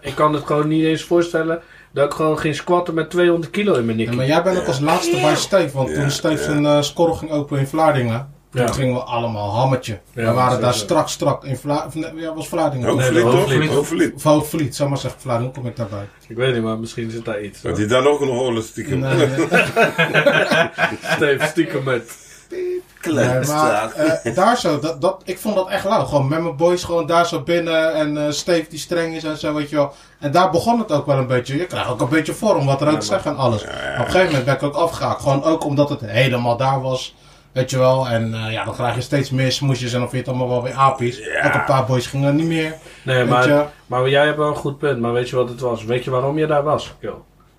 ik kan het gewoon niet eens voorstellen dat ik gewoon ging squatten met 200 kilo in mijn Ja, nek. maar jij bent ook als laatste bij Steef, want toen Steef zijn eh, score ging openen in Vlaardingen, toen Ja. gingen we allemaal hammetje. we dat waren is daar zo. strak, strak in Vlaardingen. Ja, was Vlaardingen. Nee, Hoofdvliet de toch? hoofdvliet. Hoofdvliet. Of Hoogvliet, zou maar zeggen Vlaardingen, hoe kom ik daarbij? Ik weet niet, maar misschien zit daar iets. Dat hij daar nog een holle stiekem. Nee, nee. Steef, stiekem met. Nee, maar eh, daar zo, dat, dat, ik vond dat echt lauw. Gewoon met mijn boys gewoon daar zo binnen en eh Steve die streng is en zo, weet je wel. En daar begon het ook wel een beetje. Je krijgt ook een beetje vorm, wat er ook te zeggen en alles. Maar Op een gegeven moment ben ik ook afgehaakt. Gewoon ook omdat het helemaal daar was, weet je wel. En eh, ja, dan krijg je steeds meer smoesjes en dan vind je het allemaal wel weer apies. Ook een paar boys gingen niet meer. Nee, Weet je? maar, maar jij hebt wel een goed punt. Maar weet je wat het was? Weet je waarom je daar was, kill?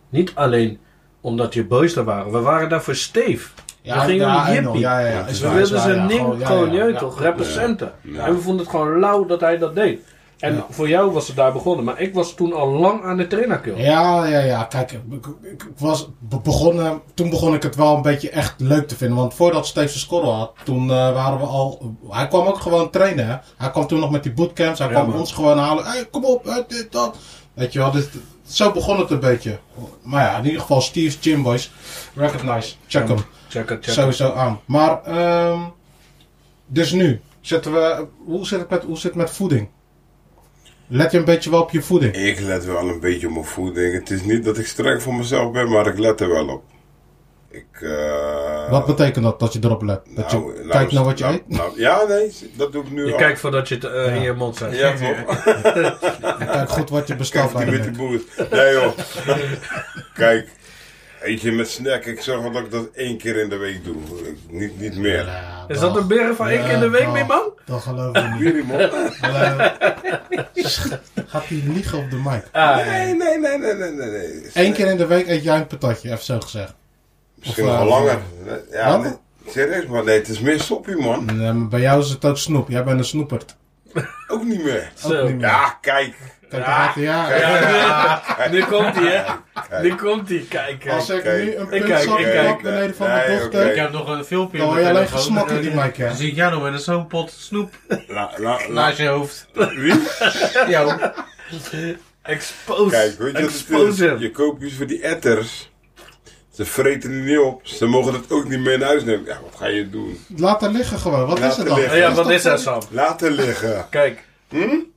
Niet alleen omdat je boys daar waren. We waren daar voor Steef. Ja, we gingen ja, om I know. hippie. Ja, ja, ja. We Is We waar, wilden is waar, zijn ja. ding Gewoon, gewoon, ja, ja, ja. toch, representen. Ja. En we vonden het gewoon lauw dat hij dat deed. En Ja. voor jou was het daar begonnen, maar ik was toen al lang aan de trainerkill. Ja, ja, ja. Kijk, ik, ik- ik was be- begonnen, toen begon ik het wel een beetje echt leuk te vinden. Want voordat Steve zijn score had, toen eh, waren we al... Hij kwam ook gewoon trainen, hè. Hij kwam toen nog met die bootcamps. Hij kwam man. ons gewoon halen. Hé, kom op, hè, dit, dat. Weet je wel, dus zo begon het een beetje. Maar ja, in ieder geval Steve's Gym Boys. Recognize. Check hem. Check it, check it. Sowieso aan. Maar, ehm dus nu. Zetten we, hoe, zit het met, hoe zit het met voeding? Let je een beetje wel op je voeding? Ik let wel een beetje op mijn voeding. Het is niet dat ik streng voor mezelf ben, maar ik let er wel op. Ik, eh, Wat betekent dat, dat je erop let? Dat nou, je nou, kijkt naar wat je nou, eet? nou, ja, nee, dat doe ik nu Je al. kijkt voordat je het eh, in je mond zet. Ja, toch? Kijk goed wat je bestelt Kijk bij die de witte Mac. boer. Nee joh. Kijk, eet je met snack. Ik zeg wel dat ik dat één keer in de week doe. Ik- Niet, niet meer. Ja, Is dat een beren van één keer in de week, Ja, meer man? Dat geloof ik niet. Jullie man. Eh, Gaat die liegen op de mic? Nee, nee, nee, nee, nee, nee. nee. eh, Eén keer in de week eet jij een patatje, even zo gezegd. Misschien Of, nog wel eh, langer. Ja, wat? nee. Serieus, maar nee, het is meer soppie, man. Nee, maar ehm, bij jou is het ook snoep. Jij bent een snoepert. Ook niet meer. Ook niet meer. Ja, kijk. Kijk, daar gaat hij. ja. Nu komt hij, hè? Nu komt hij, kijk. kijk. Als ik nu een punt kijk, zak ik pak kijk. beneden van mijn Nee, dochter... Ik heb nog een filmpje. Dan op hoor je mijn alleen telefoon. Eh, gesmakken, die Mike, hè? Dan zie ik jou nog met zo'n pot snoep La, la, la. naast je hoofd. Wie? Jou. Expose. Kijk, weet je wat het is? Expose hem. Je koopt iets voor die etters. Ze vreten er niet op. Ze mogen dat ook niet mee naar huis nemen. Ja, wat ga je doen? Laat haar liggen gewoon. Wat Laat is het haar dan? liggen. Ja, dat wat is dat, gewoon- Sam? Laten liggen. Kijk.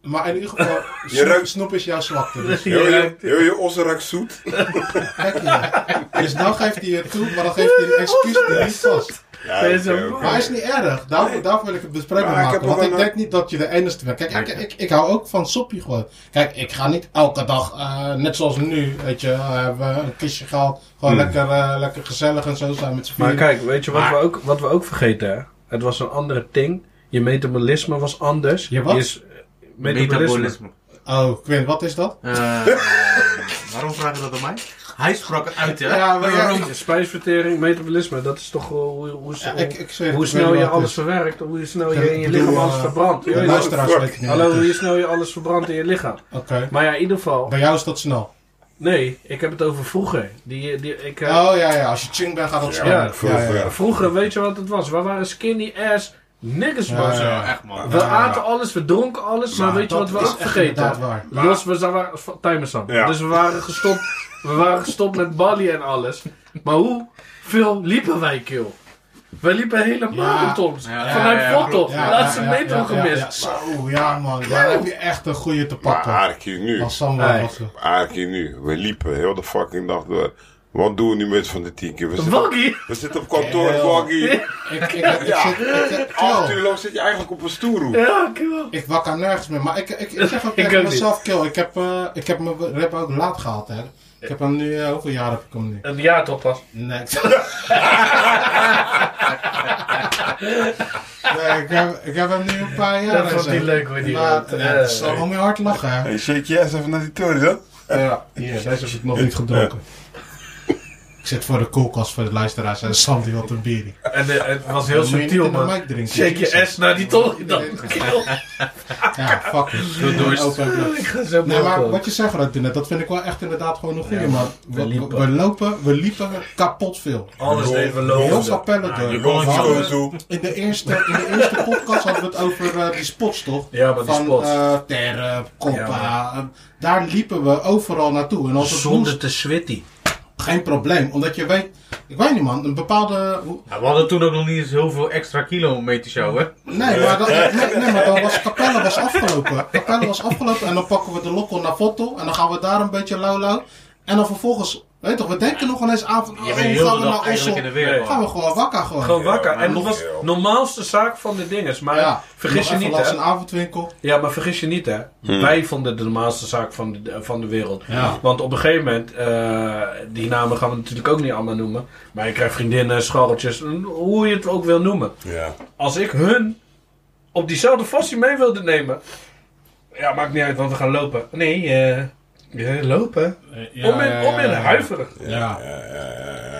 Maar in ieder geval, Je snoep, ruikt- snoep is jouw zwakte. Dus Heel je, heel je osserak zoet. kijk hier. Dus nou geeft hij het toe, maar dan geeft hij een excuus die niet vast. Ja, Ben je zo oké, oké. Maar hij is niet erg. Daarvoor, daarvoor wil ik het bespreekbaar Maar ik maken. heb want ook ik een- denk niet dat je de enige bent. Kijk, ik, ik, ik hou ook van soppie gewoon. Kijk, ik ga niet elke dag, eh, net zoals nu, weet je, eh, hebben we een kistje gehaald. Gewoon lekker, eh, lekker gezellig en zo zijn met z'n Maar vieren. kijk, weet je wat, we ook, wat we ook vergeten, hè? Het was een andere ting. Je metabolisme was anders. Je wat? is, metabolisme. Metabolisme. Oh, Quinn, wat is dat? Eh, waarom vraag je dat aan mij? Hij sprak het uit, hè? Oh, Ja, maar ja, Waarom? Spijsvertering, metabolisme, dat is toch eh, hoe, hoe, Ja, hoe, ik- ik zweer, hoe ik weet snel niet je wat het alles is. verwerkt, hoe snel Ik je in je bedoel, lichaam eh, alles verbrandt. Je De weet toch? luisteraars fuck. weten niet Hallo, wat het hoe is. snel je alles verbrandt in je lichaam. Oké. Maar ja, in ieder geval, Bij jou is dat snel. nee, ik heb het over vroeger. Die, die, ik, eh, Oh ja, ja, als je ching bent gaat dat sneller. Ja, vroeger. Oh. Vroeger, weet je wat het was? We waren skinny ass niggas, man. Ja, ja. Ja, echt man. We aten alles, we dronken alles, maar, Maar weet je wat dat we is ook echt vergeten? inderdaad waar. Los, we zijn- waren v- timers aan. Ja. Dus we waren gestopt. We waren gestopt met Bali en alles. Maar hoeveel liepen wij, kill? Wij liepen hele marathons. Ja, vanuit ja, ja, ja, Ja, laatste ja, ja, ja, meter ja, gemist. ja. Zo, ja man, daar heb je echt een goeie te Maar pakken. Aarkie nu. Als Sam wel Hey. was. Aarkie nu. We liepen heel de fucking dag door. Wat doen we nu met van de tien keer? We zitten, op, Waggy! we zitten op kantoor, Heel. Waggy. Ik, ik, ik, ik Ja. zit- ik, zit- Acht uur chill. lang zit je eigenlijk op een stoelroep. Ja, cool. ik wakker nergens meer. Maar ik, ik, ik zeg ook Ik tegen ook niet. mezelf, kill. Ik heb, eh, ik heb mijn rap ook laat gehaald, hè. Ik heb hem nu, eh, hoeveel jaar heb ik hem nu? Een jaar toch pas. Next. nee, ik, heb, ik heb hem nu een paar jaar. Dat was gezet. niet leuk, hoor, die Maar, rap. nee, Het is Eh. allemaal meer hard lachen, hè. Hey, shake je ass even naar die toren, hè? Ja, hier, deze heb ik nog niet gedronken. Ik zit voor de koelkast voor de luisteraars en Sam die wil een bier. En eh, het was heel Dan moet je niet subtiel, in de man. mic drinken. Shake je Jesus. ass naar die tol. Dan. Ja, fuck it. Door dorst. Open en bloot. Ik ga zo Nee, maar maken. wat je zegt, Ruud, net, dat vind ik wel echt inderdaad gewoon een goede, man. We, we- liepen. we lopen, we liepen kapot veel. Alles even Heel lopen. Capelle door. je We kon het hadden- Zo toe. in, de eerste, in de eerste podcast hadden we het over eh, die spots, toch? Ja, maar die Van spots. eh, Terre, Coppa. eh, daar liepen we overal naartoe. En als het Zonder moest, te switty. geen probleem. Omdat je weet, ik weet niet man, een bepaalde... hoe- Ja, we hadden toen ook nog niet eens heel veel extra kilometers, jou, hè? Nee, maar, dat, nee, nee, maar dan was Capelle was afgelopen. Capelle was afgelopen en dan pakken we de lokkel naar Votto en dan gaan we daar een beetje lauw lauw. En dan vervolgens, weet je toch, we denken nog ineens aan van, oh, Je gaan we bent heel de dag naar eigenlijk in de Ossel. weer. Gaan we man. gewoon wakker gewoon. Gewoon wakker. maar en dat nog- was de normaalste zaak van de dinges. Maar ja, vergis je nog even niet, langs hè. een avondwinkel. Ja, maar vergis je niet, hè. Wij vonden de normaalste zaak van de, van de wereld. Ja. Want op een gegeven moment, eh, die namen gaan we natuurlijk ook niet allemaal noemen. Maar je krijgt vriendinnen, scharreltjes, hoe je het ook wil noemen. Ja. Als ik hun op diezelfde fassie mee wilde nemen. Ja, maakt niet uit, want we gaan lopen. Nee, eh, eh, lopen. om in, om in huiverig. Ja.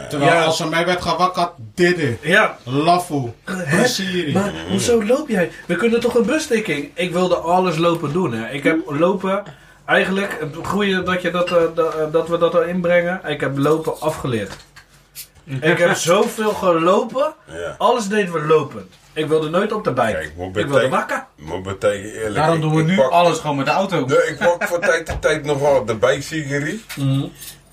Terwijl Ja. als ze mij werd gewakkerd, dit is. Ja, Lafu. Hè? Maar hoezo loop jij? We kunnen toch een busdekking? Ik wilde alles lopen doen. Hè. Ik heb lopen eigenlijk het goede dat, je dat, eh, dat, eh, dat we dat al inbrengen. Ik heb lopen afgeleerd. Mm. ik heb zoveel gelopen. Ja. Alles deden we lopend. Ik wilde nooit op de bike. Kijk, wat ik wilde betekent- wakker. Maar betekent eerlijk. Daarom ik- doen we ik nu pak- alles gewoon met de auto. Nee, ik pak van tijd tot tijd nog wel op de bijcygerie. Mhm.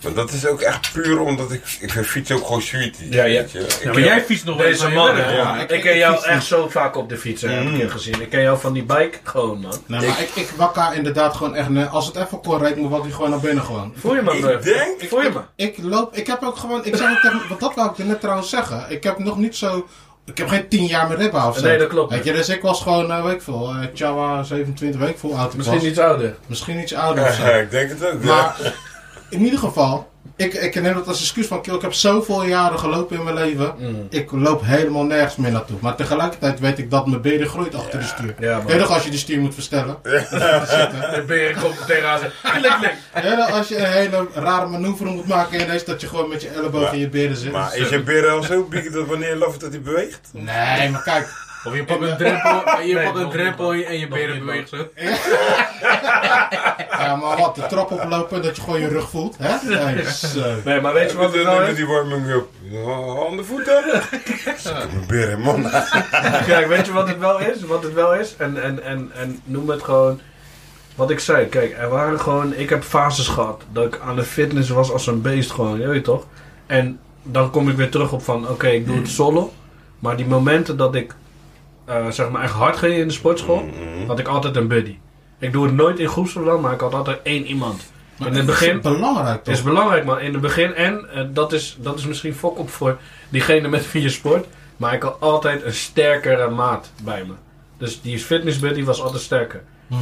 Maar dat is ook echt puur omdat ik, ik vind fietsen ook gewoon sweetie. Ja, ja. weet je. Ik Ja, maar heb- jij fietst nog wel eens Deze aan je man, werk, hè. Mm. man. Ja, ik, ik- ken ik jou fiets echt zo vaak op de fiets, hè, heb ik je gezien. Ik ken jou van die bike gewoon, man. Nee, maar ik, ik wakker inderdaad gewoon echt. nee, Als het even kon rijden, moet ik gewoon naar binnen gewoon. Voel je me, bro? Ik denk Voel je me? Ik loop, ik heb ook gewoon. Ik zeg ook tegen, want dat wou ik je net trouwens zeggen. Ik heb nog niet zo. Ik heb geen 10 jaar meer ribben of zo. Nee, dat klopt. Weet je, dus ik was gewoon, eh, weet ik veel, eh Chawa 27, weet ik veel oud ik Misschien was. iets ouder. Misschien iets ouder of zo. Ja, ik denk het ook. ja. Maar in ieder geval, ik, ik neem dat als excuus van, "Kill, ik heb zoveel jaren gelopen in mijn leven. Mm. Ik loop helemaal nergens meer naartoe. Maar tegelijkertijd weet ik dat mijn benen groeit achter de stuur. Ja, man. Heel erg als je die stuur moet verstellen. De beren komt tegen haar en zegt, klik, klik. Heel erg als je een hele rare manoeuvre moet maken ineens dat je gewoon met je elleboog in je benen zit. Maar is je Eh, beren al zo big dat wanneer je lacht dat hij beweegt? Nee, maar kijk. Of je pakt een drempel, en je Nee, pakt een nog drempel niet, man. en je Nog beren niet, beweegt zo. Ja, eh, maar wat, de trap oplopen dat je gewoon je rug voelt. Hè? Nee, eh, zo. Nee, maar weet je wat Wat het dan nou met is? die warming up? Handen voeten? Mijn beren, man. Kijk, weet je wat het wel is? Wat het wel is? En, en, en, en noem het gewoon. Wat ik zei, kijk, er waren gewoon. Ik heb fases gehad. Dat ik aan de fitness was als een beest, gewoon, je weet toch? En dan kom ik weer terug op van: oké, ik doe het solo. Maar die momenten dat ik, eh, zeg maar, echt hard ging in de sportschool, had ik altijd een buddy. Ik doe het nooit in groepsverband, maar ik had altijd één iemand. Maar in het begin. is belangrijk toch? is belangrijk, man. In het begin. En eh, dat, is, dat is misschien fok op voor diegene met wie je sport. Maar ik had altijd een sterkere maat bij me. Dus die fitnessbuddy was altijd sterker. Mhm.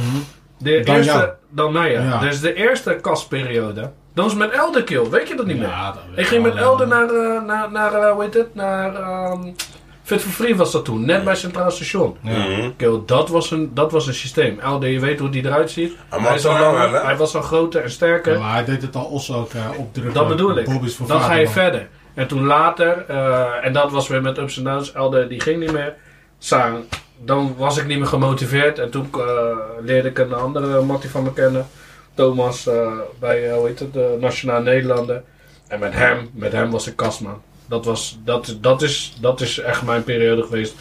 De Dan eerste, jou. Dan mij, ja. Ja. Dus de eerste kastperiode. Dat was met Elder Kill. Weet je dat niet meer? Ja, dat weet Ik ging met alleen Elder maar. naar, eh, naar, naar eh, hoe heet het? Naar ehm, Fit for Free was dat toen. Net bij Centraal Station. Mhm. Kill, dat was een, dat was een systeem. Elder, je weet hoe die eruit ziet. Hij Hij, is was al langer, langer, hè? hij was al groter en sterker. Ja, maar hij deed het al Os ook eh, opdrukken. eh, Dat bedoel ik. Bobby's voor Dan ga je vaderland. verder. En toen later, eh, en dat was weer met ups en downs, Elder die ging niet meer. Saan, dan was ik niet meer gemotiveerd. En toen eh, leerde ik een andere Mattie van me kennen. Thomas, eh, bij, eh, hoe heet het, de Nationaal Nederlander. En met hem, met hem was ik kastman. Dat, was, dat, dat, is, dat is echt mijn periode geweest.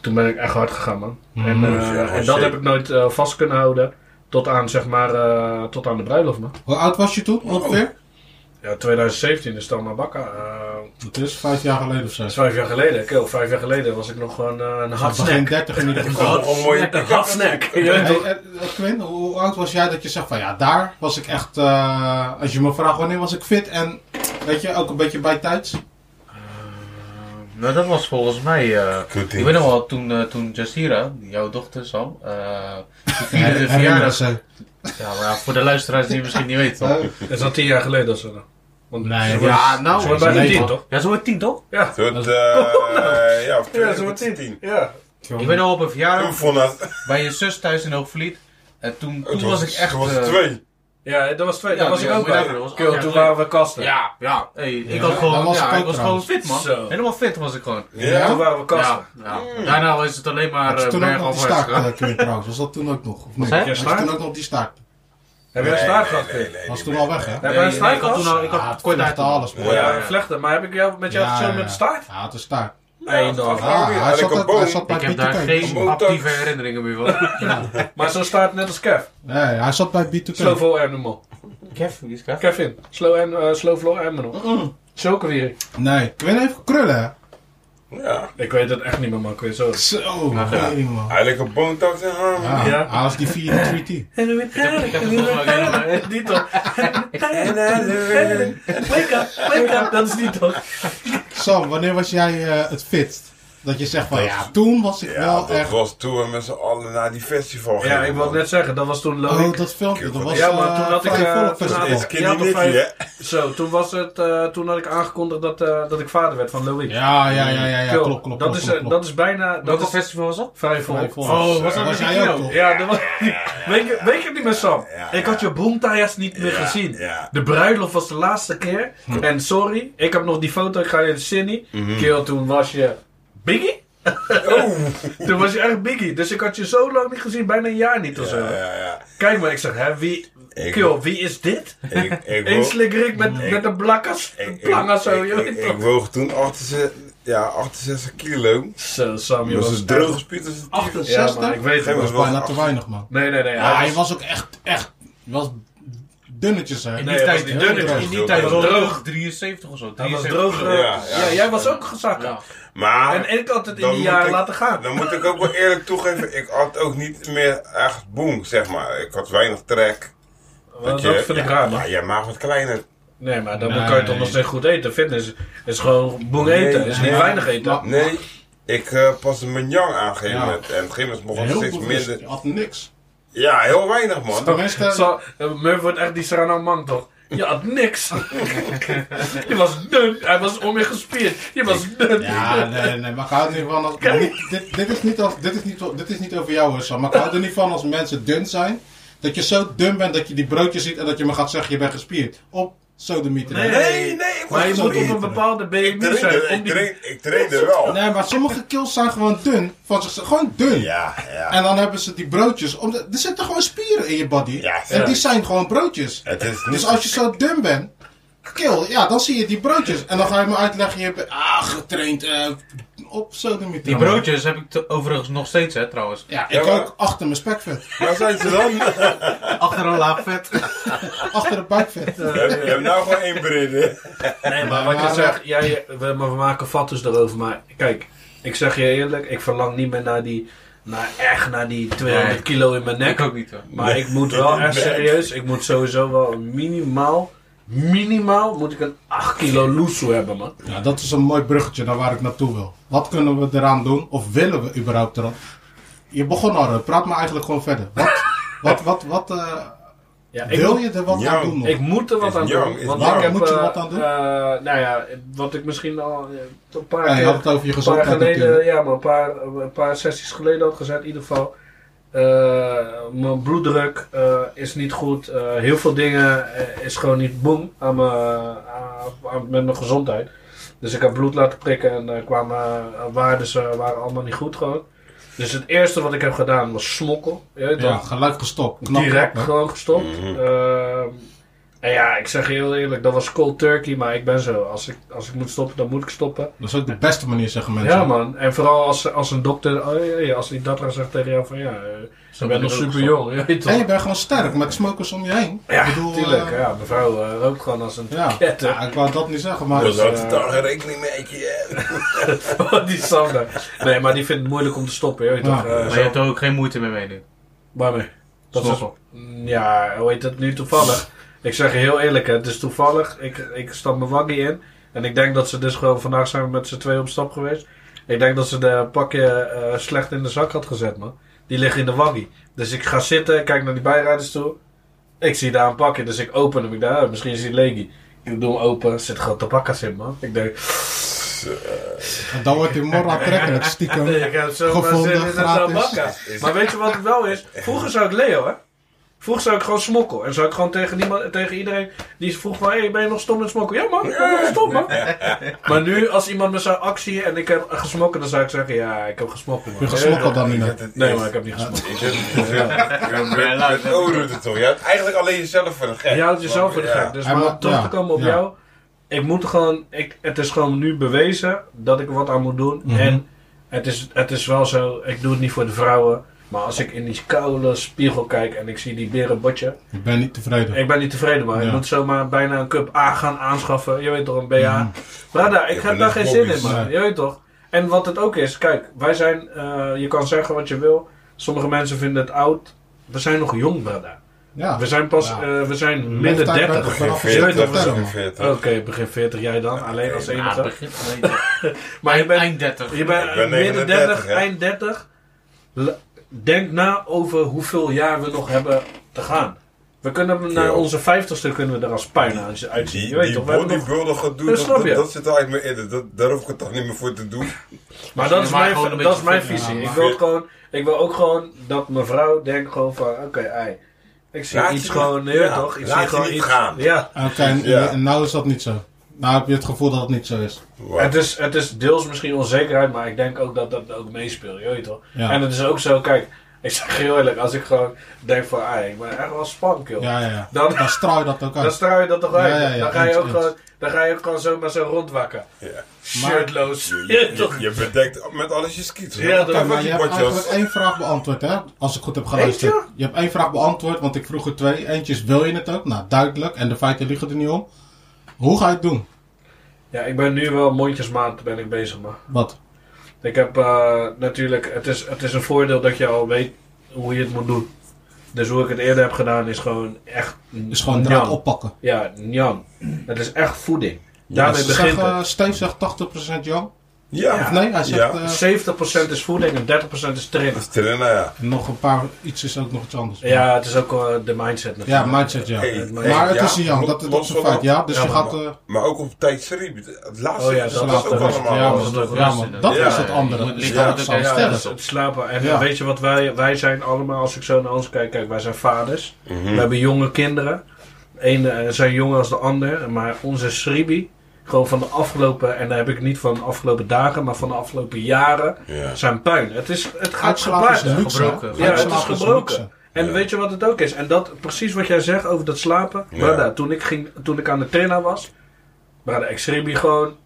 Toen ben ik echt hard gegaan, man. Mm. En, eh, Ja, gewoon en dat shit. heb ik nooit eh, vast kunnen houden. Tot aan, zeg maar, eh, tot aan de bruiloft, man. Hoe oud was je toen Oh. ongeveer? Ja, 2017 is dan Bakka. eh Het is vijf jaar geleden of zo. dat is vijf jaar geleden. Kill, vijf jaar geleden was ik nog gewoon eh, een hard Begin snack. 30 in ieder geval. Gewoon een mooie Een hard snack. Je weet Hey, toch? eh, eh, Quinn, hoe hoe oud was jij dat je zegt van ja, daar was ik echt, eh, als je me vraagt wanneer was ik fit en Weet je, ook een beetje bij tijds. Nou, dat was volgens mij. eh Goed ding. ik weet nog wel, toen, eh, toen Jazeera, jouw dochter Sam, eh die vierde de Herinneren verjaardag. ze. Ja, maar ja, voor de luisteraars die het misschien niet weten. toch? Dat is al tien jaar geleden of zo dan. Want Nee, ze dat wordt- Ja, nou, Ze wordt dat is bijna leuk, tien, hoor. toch? Ja, zo wordt tien toch? Ja. Dat, eh, ja, Ja, ja, ze wordt tien. 10. Ja. Ik ben al op een Toen verjaardag vond dat, bij je zus thuis in Hoogvliet. En toen, toen het was, ik echt. Toen was eh, het twee. Ja, dat was twee. Ja, dat was die- ik ook ja, bij. dat was acht Kill, toen jaar geleden. waren we kasten. Ja, ja. Hey, Ik, had Dat gewoon, was ik ja, ook ik was gewoon trouwens. fit, man. Zo. Helemaal fit was ik gewoon. Ja? Toen waren we kasten. Ja, ja. Daarna is het alleen maar Had je eh, toen ook nog die bergafwaarts staart gegaan. eh, kunnen trouwens? Was dat toen ook nog? Of niet? hè? Had je toen ook nog die staart? Heb jij een staartkracht Nee, nee, in? nee, Was nee, toen al weg, hè? Heb jij een Nee, nee, ik had staartkracht? toen al, ik had Ah, het kort vluchtte uit. alles, man. Ja, Ja, ja. vlechten. Maar heb ik jou met jou Ja, verschil ja, met ja. staart? Ja, het is staart. Nee, dan. Ah, weer. hij Hij zat kan ook- hij boom. zat bij Oh, Ik heb Pieter daar Keukens. geen Botox. actieve herinneringen meer van. Maar zo'n staart net als Kev. Nee, hij zat bij Pieter Slow Keukens. flow animal. Kev, wie is Kev? Kevin. Slow, en, eh, slow flow animal. mm. Zulke weer. Nee, Quinn heeft krullen, hè? Ja, Ik weet het echt niet meer, man. Ik weet zo. Zo, Nou, Ja. nee, man. hij lekker boontax en haar. Ja, Ja. Ah, hij was die 4 3T. Ik heb het volgens mij ook helemaal- Die toch? Wake up, wake up. Dat is die toch? Sam, wanneer was jij eh, het fitst? Dat je zegt van, ja, toen was ik Ja, wel dat echt... was toen we met z'n allen naar die festival Ja, ik wou net zeggen. Dat was toen Oh, Loïc. dat filmpje, dat was Ja, maar toen eh, had ik, Vrij eh, Volk toen Festival. had Is ik- Skinny Ja, maar Nicky, vijf- hè? Zo, toen was het... eh, Toen had ik aangekondigd dat eh, dat ik vader werd van Loïc. Ja, ja, ja, ja, ja, Kill. klopt, klopt, dat klopt, is, klopt, eh, klopt. Dat is bijna... Dat Welke is festival was dat? vrij vol. Vrij Volk. Oh, was dat was in de jij ook, kino? toch? Ja, dat was... Weet je- weet je het niet meer, Sam? Ja, Ik ja. had je boomtaaiers niet meer Ja, gezien. ja. Hm. De bruiloft was de laatste keer. En sorry, ik heb nog die foto. Ik ga je Cindy. Mhm. Kill, toen was je... Biggie? Oh. toen was je echt Biggie. Dus ik had je zo lang niet gezien. Bijna een jaar niet of zo. Ja, ja, ja. Kijk maar, ik zeg, hè, wie... Ik- Kill, wie is dit? Ik, ik, Eén woog, slik Rick met, met een blakkers. ik, Planger ik, zo, ik, joh. ik, ik woog toen 68, ja, 68 kilo. Zo, Sam, je Dat was... is droog als Piet als een tier. 68? Ja, maar ik weet het. Geen Dat wel. was bijna te weinig, man. Nee, nee, nee. hij Ja, was- je was ook echt, echt... Je was dunnetjes, hè? Nee, hij was niet heel dunner. droog. In die tijd was Droog. het droog 73 of zo. Hij was 73. droog. eh, Ja, ja, ja. jij was ook gezakt. Ja. Maar... En en ik had het in Dan die moet jaar ik- laten gaan. Dan moet ik ook wel eerlijk toegeven, ik had ook niet meer echt boem, zeg maar. Ik had weinig trek. Want dat vind ik raar, man. Ja, je maag wordt kleiner. Nee, maar dan Nee. kan je toch nog steeds goed eten. Fitness is gewoon boem Nee, eten. is niet nee. weinig eten. Nee, ik eh paste mijn yang aan een gegeven Ja. moment. En op een gegeven moment begon Heel het steeds bewust, je minder. had niks. Ja, heel weinig, man. Tenminste, Zo, eh, Murph wordt echt die Serrano man toch? Je had niks. je was dun. Hij was om je gespierd. Je was dun. Ja, nee, nee, maar ik hou er niet van als... Niet, dit, dit, is niet als dit, is niet, dit is niet over jou, hoor, Sam. Maar ik hou er niet van als mensen dun zijn. Dat je zo dun bent dat je die broodjes ziet en dat je me gaat zeggen je bent gespierd. Op sodemieter. Nee. Nee, nee, ik was Maar je zo moet op een eten. bepaalde Ik BMI trainde- zijn. Om Ik die... train- ik trainde wel. Nee, maar sommige kills zijn gewoon dun. Van zichzelf, gewoon dun. Ja, ja. En dan hebben ze die broodjes. Omdat, er zitten gewoon spieren in je body. Ja, en die ja. zijn gewoon broodjes. Het is niet... Dus als je zo dun bent, kill, ja, dan zie je die broodjes. En dan ga je me uitleggen, je hebt ah, getraind eh, op sodemieter. Die broodjes heb ik te- overigens nog steeds, hè, trouwens. Ja, Ja, ik maar- ook. Achter mijn spekvet. Waar zijn ze dan? Achter een laag vet. Achter het buikvet. Je hebt- je hebt nou gewoon één brede. Nee, maar wat je Maar- zegt, jij, we, maar we maken fattes erover. Maar kijk, ik zeg je eerlijk, ik verlang niet meer naar die, naar echt naar die 200 Nee. kilo in mijn nek. Ik ook niet, hoor. Maar ik moet wel echt serieus, ik moet sowieso wel minimaal, minimaal moet ik een 8 kilo loesoe hebben, man. Ja, dat is een mooi bruggetje naar waar ik naartoe wil. Wat kunnen we eraan doen? Of willen we überhaupt eraan? Je begon al, hè. praat maar eigenlijk gewoon verder. Wat, wat, wat, wat eh, Ja, ik, wil moet- je er wat Ja, aan doen? nog? ik moet er wat Is aan jong, doen. is Want jong. ik heb, Moet je er eh, wat aan doen? eh, nou ja, wat ik misschien al eh, een paar Ja, keer... je had het over je Een paar, gezondheid geleden, natuurlijk. ja, maar een, paar, een paar sessies geleden had gezegd, in ieder geval. eh, mijn bloeddruk eh, is niet goed. Eh, heel veel dingen eh, is gewoon niet boem aan mijn, aan- aan- met mijn gezondheid. Dus ik heb bloed laten prikken en eh, kwamen eh, waarden eh, waren allemaal niet goed gewoon. Dus het eerste wat ik heb gedaan was smokkel. Je weet Ja, toch? gelijk gestopt. Knap, direct knap, hè? gewoon gestopt. Mhm. Ehm, en ja, ik zeg je heel eerlijk, dat was cold turkey, maar ik ben zo. Als ik, als ik moet stoppen, dan moet ik stoppen. Dat is ook de beste manier, zeggen mensen. Ja, man. En vooral als, als een dokter, oh, ja, ja, als die dat dan zegt tegen jou van ja, eh, ze bent nog super jong. Je weet toch? En je bent gewoon sterk met smokers om je heen. Ja, ik bedoel, tuurlijk. eh, ja, mevrouw eh, rookt gewoon als een ja. ketter. Ja, ik wou dat niet zeggen, maar... Dus Dus, had eh, het daar geen rekening mee. hè. die Sander. Nee, maar die vindt het moeilijk om te stoppen. Je weet Ja. toch? eh, Maar zo. je hebt er ook geen moeite meer mee nu. Waarmee? Dat is, Smokkelen. ja, hoe heet dat nu toevallig? Ik zeg je heel eerlijk, hè, het is toevallig. Ik, ik stap mijn waggie in. En ik denk dat ze dus gewoon vandaag zijn we met z'n twee op stap geweest. Ik denk dat ze de pakje eh, slecht in de zak had gezet, man. Die liggen in de waggie. Dus ik ga zitten, kijk naar die bijrijders toe. Ik zie daar een pakje, dus ik open hem. Ik dacht, ah, misschien is die legie. Ik doe hem open, er zit gewoon tabakkas in, man. Ik denk, En dan wordt die morgen aantrekkelijk, stiekem. Nee, ik heb zo maar Gevonden, zin in een gratis. tabakka. Maar weet je wat het wel is? Vroeger zou ik Leo, hè? Vroeger zou ik gewoon smokkel. En zou ik gewoon tegen, niemand, tegen iedereen die vroeg van... hey, ben je nog stom met smokkel? Ja man, ik ben nog stom man. Maar nu, als iemand me zou actie en ik heb gesmokkeld... dan zou ik zeggen, ja, ik heb gesmokkeld Je man. gesmokkeld dan niet meer. Nee, maar ik heb niet gesmokkeld. Ik heb het over het toch. Je hebt eigenlijk alleen jezelf voor de gek. Je houdt jezelf voor de Ja. gek. Dus Hij om moet- terug ja, te komen op ja. jou... Ik moet gewoon... Ik, het is gewoon nu bewezen dat ik er wat aan moet doen. Mhm. En het is, het is wel zo... Ik doe het niet voor de vrouwen... Maar als ik in die koude spiegel kijk en ik zie die berenbotje... Ik ben niet tevreden. Ik ben niet tevreden, maar Ja. ik moet zomaar bijna een cup A gaan aanschaffen. Je weet toch, een BA. Mhm. Brada, ik Ja, heb maar daar dat geen is zin in, hobby's. man. Nee. Je weet toch? En wat het ook is, kijk, wij zijn, eh, je kan zeggen wat je wil. Sommige mensen vinden het oud. We zijn nog jong, brada. Ja. We zijn pas, Ja. eh, we zijn midden 30. Begin Je weet 40, het begin wel. 40. Oké, begin 40 jij dan, alleen als Ja, enige. Ah, begin. nee, Maar je bent, Eind 30. je bent Ik midden ben 39, 30, hè? eind 30. La- Denk na over hoeveel jaar we nog hebben te gaan. We kunnen naar Ja. onze 50ste kunnen we er als puin aan z- uitzien. Je Die, weet die toch, we hebben nog- bodybuilder gaat doen, Dat dat, snap dat, je. dat zit er eigenlijk meer in. Dat, daar hoef ik het toch niet meer voor te doen. Maar dat is Maar mijn, gewoon een dat beetje is mijn fit, visie. ja, ik, maar- wil het gewoon, ik wil ook gewoon dat mijn vrouw denkt gewoon van... Oké, ei. Ik zie Laat je iets niet- gewoon... Nee, ja, toch? Ik laat zie je gewoon niet iets... gaan. Ja. Oké, en, Ja. en nou is dat niet zo. Nou heb je het gevoel dat het niet zo is. Wow. Het, is, het is deels misschien onzekerheid, maar ik denk ook dat dat ook meespeelt. Je weet toch? Ja. En het is ook zo, kijk... Ik zeg je heel eerlijk, als ik gewoon denk van... Ei, ik ben echt wel spannend, joh. Ja, ja, ja. Dan- Dan straal je dat ook Dan uit. straal je dat toch uit. Ja, ja, ja, dan, ga je eens, ook eens. gewoon, dan ga je ook gewoon zomaar zo rondwakken. Ja. Shirtloos. Je, Ja, je, toch? je bedekt met alles je skiet. Ja, dat- Oké, kan maar wat je je hebt eigenlijk badjas. één vraag beantwoord, hè? Als ik goed heb geluisterd. Eentje? Je hebt één vraag beantwoord, want ik vroeg er twee. Eentje is, wil je het ook? Nou, duidelijk. En de feiten liggen er niet om. Hoe ga je het doen? Ja, ik ben nu wel mondjesmaat ben ik bezig, maar... Wat? Ik heb eh, natuurlijk, het is, het is een voordeel dat je al weet hoe je het moet doen. Dus hoe ik het eerder heb gedaan is gewoon echt. Is gewoon njam. draad oppakken. Ja, njam. Het is echt voeding. Ze Daarmee begint zeggen, eh, Steve zegt 80% Jan. Of Ja. nee, hij zegt... Ja. eh, het. 70% is voeding en 30% is Dat trainen. is trainen, ja. nog een paar... Iets is ook nog iets anders. Ja, het is ook eh, de mindset Ja, natuurlijk. mindset, ja. Hey, hey, maar het ja, is een jam, los- dat, dat is los een van feit, dat- ja. Dus Ja, je maar- gaat... eh, Maar ook op tijdsriep. Het laatste Oh ja, is dat dat laat ook de rust. allemaal. Ja, wel. maar dat- ja, maar dat Ja, is het ja, andere. Het Dus ligt daarop ook zou aan ik jou. Ja, sterren. het, het slapen. En Ja. weet je wat wij, wij zijn allemaal, als ik zo naar ons kijk, kijk, wij zijn vaders. Mhm. We hebben jonge kinderen. Eén eh, zijn jonger als de ander. Maar onze Sribi, gewoon van de afgelopen, en daar heb ik niet van de afgelopen dagen, maar van de afgelopen jaren, Ja. zijn puin. Het, is, het gaat Uitslapen is gepaard. hè? luxe. gebroken. hè? Ja, het is Uitslapen gebroken. En Ja. weet je wat het ook is? En dat, precies wat jij zegt over dat slapen. Ja. Brada, toen ik, ging, toen ik aan de trainer was, brada, ik Sribi gewoon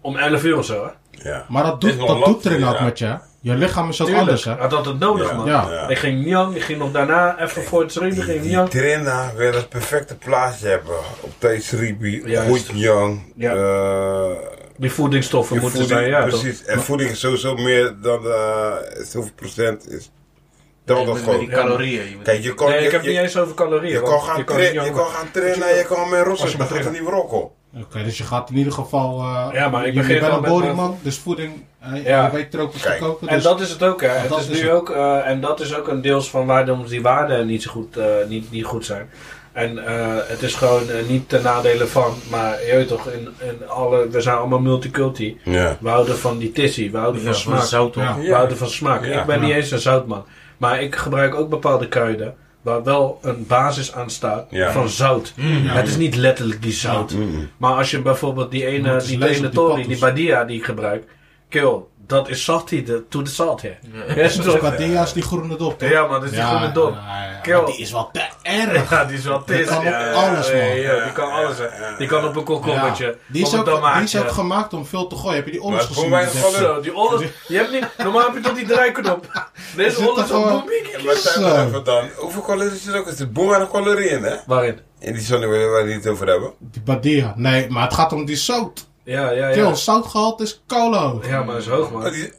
om 11 uur of zo. Hè? Ja. Maar dat Is doet, wel dat lastig, doet er inderdaad ja. met je. hè? Je lichaam is ook Tuurlijk, anders, hè? Had dat het nodig, Ja. man. Ja. Ja. Ik ging Niang, ik ging nog daarna even voor het Sribi, Die, ging die Niang. trainer wil het perfecte plaatsje hebben. Op tijdsriep, Juist. goed jong. Ja. eh, Die voedingsstoffen Je moeten voeding, zijn, ja. toch? precies. En voeding is sowieso meer dan eh, zoveel procent is. Dan dat Met- met die gewoon. calorieën. je moet- Kijk, je kan, nee, je, ik heb je- niet eens over calorieën. je want kan gaan kan niet trainen, je over- kan gaan trainen, je kan met rossen, dan gaat er niet rokken. Oké, dus je gaat in ieder geval... eh, Ja, maar ik je- begin Je bent wel een met- bodyman, dus voeding... eh, Ja. Je weet tropisch te Kijk, koken, En dus... dat is het ook, hè. Het dat is is nu het. ook, eh, en dat is ook een deels van waarom die waarden niet zo goed, eh, niet, niet goed zijn. En eh, het is gewoon eh, niet ten nadele van, maar je weet toch, in, in alle, we zijn allemaal multiculti. Ja. We houden van die tissie, we houden Ja, van voor smaak. zout toch? Ja. We houden van smaak. Ja. ik ben niet Ja. eens een zoutman. Maar ik gebruik ook bepaalde kruiden waar wel een basis aan staat Ja. van zout. Het is niet letterlijk die zout. Maar als je bijvoorbeeld die Maar het ene, is die lees ene op die Tory, pappers. die Badia die ik gebruik. Kill, dat is zacht hier, de- to the salt here. Ja, Dus is toch- Badia is die groene dop, toch? ja man, dat is die groene dop. ja, ja. Kill. Maar Die is wel te erg. Ja, die is wel tis. kan op ja, alles, man. ja, ja, die kan alles, hè. Die kan op een kokkommetje, Ja. Die, is op een ook, die is tomaatje. ook gemaakt om veel te gooien. Heb je die ollers Maar voor gezien? mij die gevallen- zegt- Zo, die ollers, je hebt niet, normaal heb je toch die draaiknop. Deze Zit ollers toch op gewoon- boemie. En wat zijn Zo. we even dan? Hoeveel calorieën zit er ook? Er zit boemerang calorieën in, hè? Waarin? In die zon waar waar we het niet over hebben. Die Badia. Nee, maar het gaat om die zout. Ja, ja, Kill, ja. zoutgehalte is kolen. Ja, maar dat is hoog, Maar man. die,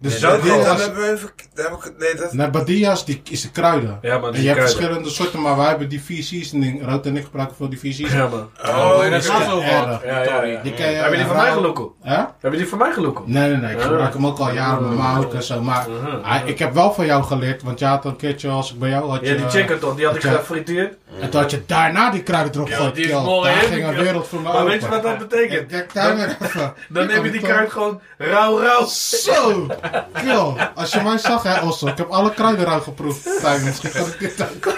Dus Nee, dat, dat- dat dat- hebben we even... daar heb ik- nee, dat... Nee, Badia's die, is de kruiden. Ja, maar en die je hebt kruiden. verschillende soorten, maar wij hebben die vier seasoning. Rood en ik gebruiken veel die vier seasoning. Ja, man. Oh, Oh, dat dat is is wel zo erg. wat. Ja, ja, ja. nou- Die ken je, Heb je die van mij eh, gelokkeld? Hè? Heb je die van mij gelokkeld? Nee, nee, nee. Ik Ja. gebruik hem ook al jaren met mijn auto en zo. Maar Mhm. ah, ik heb wel van jou geleerd, want jij had een keertje als ik bij jou had. Ja, die eh, chicken toch, die had ik Ja. gefrituurd. En toen had je daarna die kruiden erop gegooid. die is joh. mooi, Daar hè? ging een wereld voor me Maar open. weet je wat dat Ik betekent? denk, daar maar even. Dan neem je Oh, die kruid. kaart gewoon rauw, rauw. Zo! Kill! Als je mij zag, hè, Osso. Ik heb alle kruiden eruit geproefd. Fijn, misschien kan ik dit ook.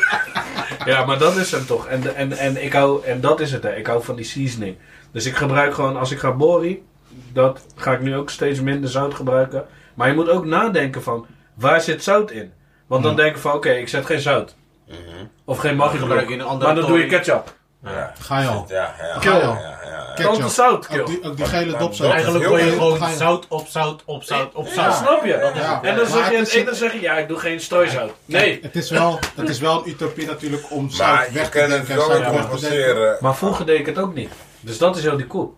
Ja, maar dat is hem toch. En, en, en, ik hou, en dat is het, hè. Ik hou van die seasoning. Dus ik gebruik gewoon, als ik ga bori, dat ga ik nu ook steeds minder zout gebruiken. Maar je moet ook nadenken van, waar zit zout in? Want Mhm. dan denk ik van, oké, ik zet geen zout. Of geen Gebruik maggi je een Maar andere dan doe je tooi. ketchup. Ja, Ga je al. ja, ja. Kill. ja, ja. Ketchup. Tante zout, kill. Ook die, ook die gele dopzo. Eigenlijk heel wil je erg gewoon fijn. zout op zout op zout op Ja, zout. snap je? ja. En dan Maar zeg, je, het is- en dan zeg je, ja, ik doe geen strooizout. Nee. Het is, wel, het is wel een utopie natuurlijk om zout Maar weg je te kan denken. het en zout wel weg te denken. compenseren. Maar vroeger deed ik het ook niet. Dus dat is heel die koel.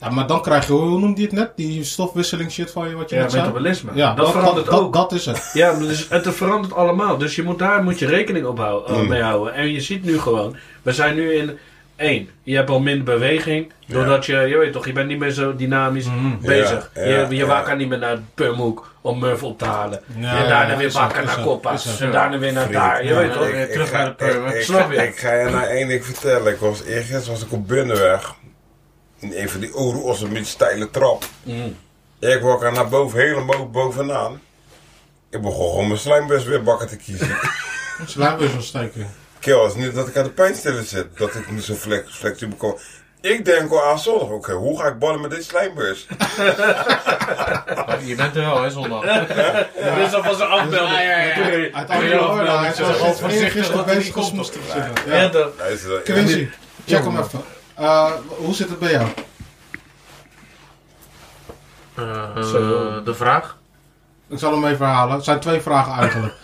Ja, maar dan krijg je, hoe noemde je het net? Die stofwisseling shit van je, wat je Ja, net zei? metabolisme. Ja, dat, verandert dat, ook. Dat is het. Ja, maar dus het verandert allemaal. Dus je moet, daar moet je rekening op hou- eh, Hmm. mee houden. En je ziet nu gewoon, we zijn nu in één. Je hebt al minder beweging. Doordat je, je weet toch, je bent niet meer zo dynamisch bezig. Ja, je ja, je ja. wakker niet meer naar Pumhoek om Murph op te halen. Ja, en ja, daarna ja, weer is zo, wakker is naar zo, is Koppas. zo. En daarna weer naar daar. Je Ja, weet toch? ik- ik Eh, terug ga- naar de pub, ik- hè? ik- Snap je? Ik ga je nou één ding vertellen. Ik was eergisteren was ik op Binnenweg. In een van die oero's een beetje steile trap. Ik wou er naar boven, helemaal bovenaan. Ik begon gewoon mijn slijmbus weer bakken te kiezen. Slijmwisselsteking. Kill, het is niet dat ik aan de pijnstiller zit. Dat ik niet zo flex- flexibel kom. Ik denk al aan zondag. Oké, hoe ga ik ballen met dit slijmbus? Je bent er wel, hè, zondag. Dit is alvast een afbeelding. Ja, ja, ja. Doei. Uit andere Doei, afbeelding. woorden, hij is Ja, al voorzichtig sinds eergisteren dat hij bezig niet om komt. te zitten. Ja, Ja. toch? Luister, Quincy, check hem even. Eh, hoe zit het bij jou? Zo. Eh, de vraag? Ik zal hem even herhalen. Het zijn twee vragen eigenlijk.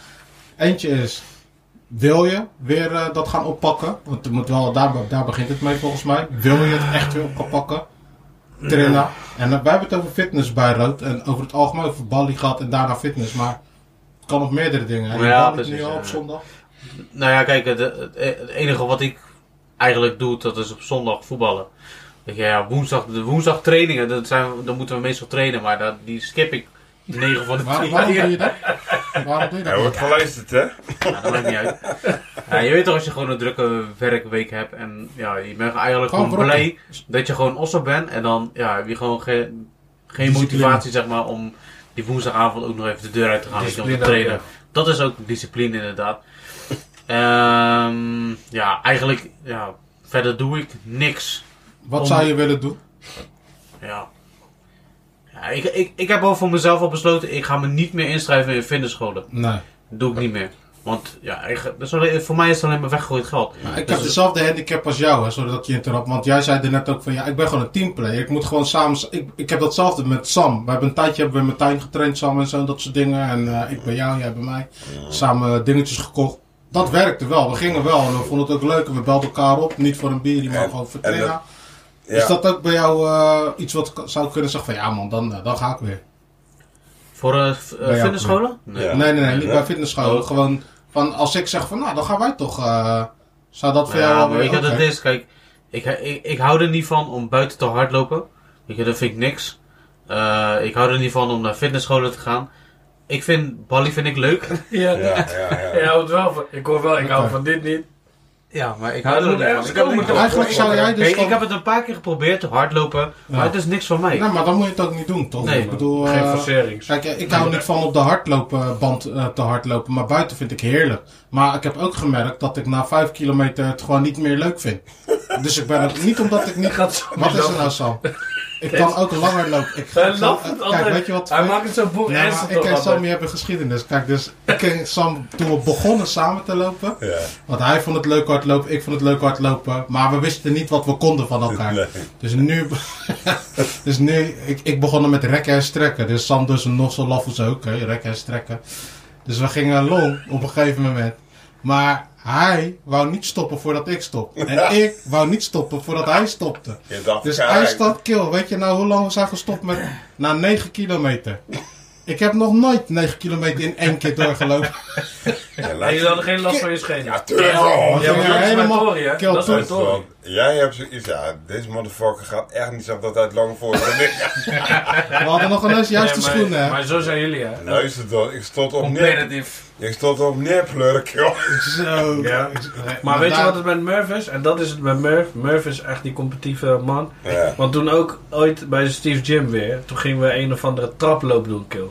Eentje is, wil je weer eh, dat gaan oppakken? Want er moet wel, daar, daar begint het mee volgens mij. Wil je het echt weer op gaan pakken? Trilla. En eh, wij hebben het over fitness bij Rood. En over het algemeen over balie gehad en daarna fitness. Maar het kan op meerdere dingen. hè? Je Ja, ja, precies, nu al ja. op zondag. Nou ja, kijk, het, het- het enige wat ik eigenlijk doe, dat is op zondag voetballen. Weet je, ja, woensdag, de woensdag trainingen, dat zijn, dan moeten we meestal trainen, maar dat, die skip ik 9 van de Waar, 10. waarom doe je dat? Waarom doe je Hij dat? wordt geluisterd, hè? Ja, dat maakt niet uit. Ja, je weet toch, als je gewoon een drukke werkweek hebt en ja, je bent eigenlijk Gewoon gewoon, blij brokken. dat je gewoon osso bent en dan ja, heb je gewoon geen, geen Discipline. motivatie zeg maar om die woensdagavond ook nog even de deur uit te gaan weet je, om te Discipline, trainen. ja. Dat is ook discipline inderdaad. Ehm, ja, eigenlijk, ja, verder doe ik niks. Wat zou je willen doen? Ja. Ja, ik, ik, ik heb al voor mezelf al besloten, ik ga me niet meer inschrijven in fitnessscholen. Nee. Dat doe ik niet meer. Want ja, ik, dat is alleen- voor mij is het alleen maar weggegooid geld. Dus Ik heb dezelfde handicap als jou, hè, zodat je interrupt. Want jij zei er net ook van ja, ik ben gewoon een teamplayer. Ik moet gewoon samen. Ik, ik heb datzelfde met Sam. We hebben een tijdje hebben we met Tijn getraind samen en zo, dat soort dingen. En eh, ik bij jou, jij bij mij. Samen eh, dingetjes gekocht. Dat werkte wel. We gingen wel en we vonden het ook leuk. En we belden elkaar op. Niet voor een bier, maar En- gewoon voor en dat- trainen. Ja. Is dat ook bij jou eh, iets wat ik zou kunnen zeggen van ja man, dan, eh, dan ga ik weer. Voor eh Bij jou fitnessscholen? Ja. Nee, nee, nee, niet Ja. Oh. bij fitnessschool. Gewoon van als ik zeg van nou, dan gaan wij toch. eh, zou dat voor jou Ja, wel maar weer- weet je wat het oké. is? Kijk, ik, ik, ik hou er niet van om buiten te hardlopen. Weet je, dat vind ik niks. Eh, ik hou er niet van om naar fitnessscholen te gaan. Ik vind, Bali vind ik leuk. Ja. Ja, ja, ja. Je houdt wel van, ik hoor wel, ik hou van dit niet. Ja, maar ik hou er niet van. Ik heb er niet van. Eigenlijk zou jij dus. Kijk, ik dan- heb het een paar keer geprobeerd, hardlopen, maar het is niks voor mij. Nee, Nou, maar dan moet je het ook niet doen, toch? Nee, ik bedoel, Geen eh, forcerings. kijk, eh, ik hou niet van op de hardloopband eh, te hardlopen, maar buiten vind ik heerlijk. Maar ik heb ook gemerkt dat ik na vijf kilometer het gewoon niet meer leuk vind. Dus ik ben het niet omdat ik niet. Gaat zo Wat is er lachen. nou zo? Ik kan ook langer lopen. Ik ga Hij zo- lacht eh, het Kijk, altijd. weet je wat? Hij maakt het zo boek Ja, maar ik en Sam altijd. die hebben geschiedenis. Kijk, dus ik en Sam, toen we begonnen samen te lopen, Ja. want hij vond het leuk hardlopen, ik vond het leuk hardlopen. Maar we wisten niet wat we konden van elkaar. Nee. Dus nu, dus nu ik, ik begon dan met rekken en strekken. Dus Sam dus nog zo laf als ook, hè, rekken en strekken. Dus we gingen long op een gegeven moment. Maar hij wou niet stoppen voordat ik stop. En ik wou niet stoppen voordat hij stopte. Je dacht, Dus kijk. hij staat kill. Weet je nou hoe lang we zijn gestopt met... Na 9 kilometer. Ik heb nog nooit 9 kilometer in één keer doorgelopen. Ja, En laat- jullie hadden geen last van je schenen. Ja, tuurlijk. Ja, maar dat is mijn Helemaal tory, hè? kill Dat is mijn toe. tory. Jij hebt zoiets, ja, deze motherfucker gaat echt niet zeggen dat hij het lang voor heeft. We hadden nog een juiste Ja, maar- schoenen. hè. Maar zo zijn jullie, hè? Luister dan, ik stond op neer. Competitief. Ik stond op neerpleuren, joh. Zo. Ja. Maar weet je wat het met Murph is? En dat is het met Murph. Murph is echt die competitieve man. Ja. Want toen ook ooit bij Steve Jim weer, toen gingen we een of andere traploop doen, kill.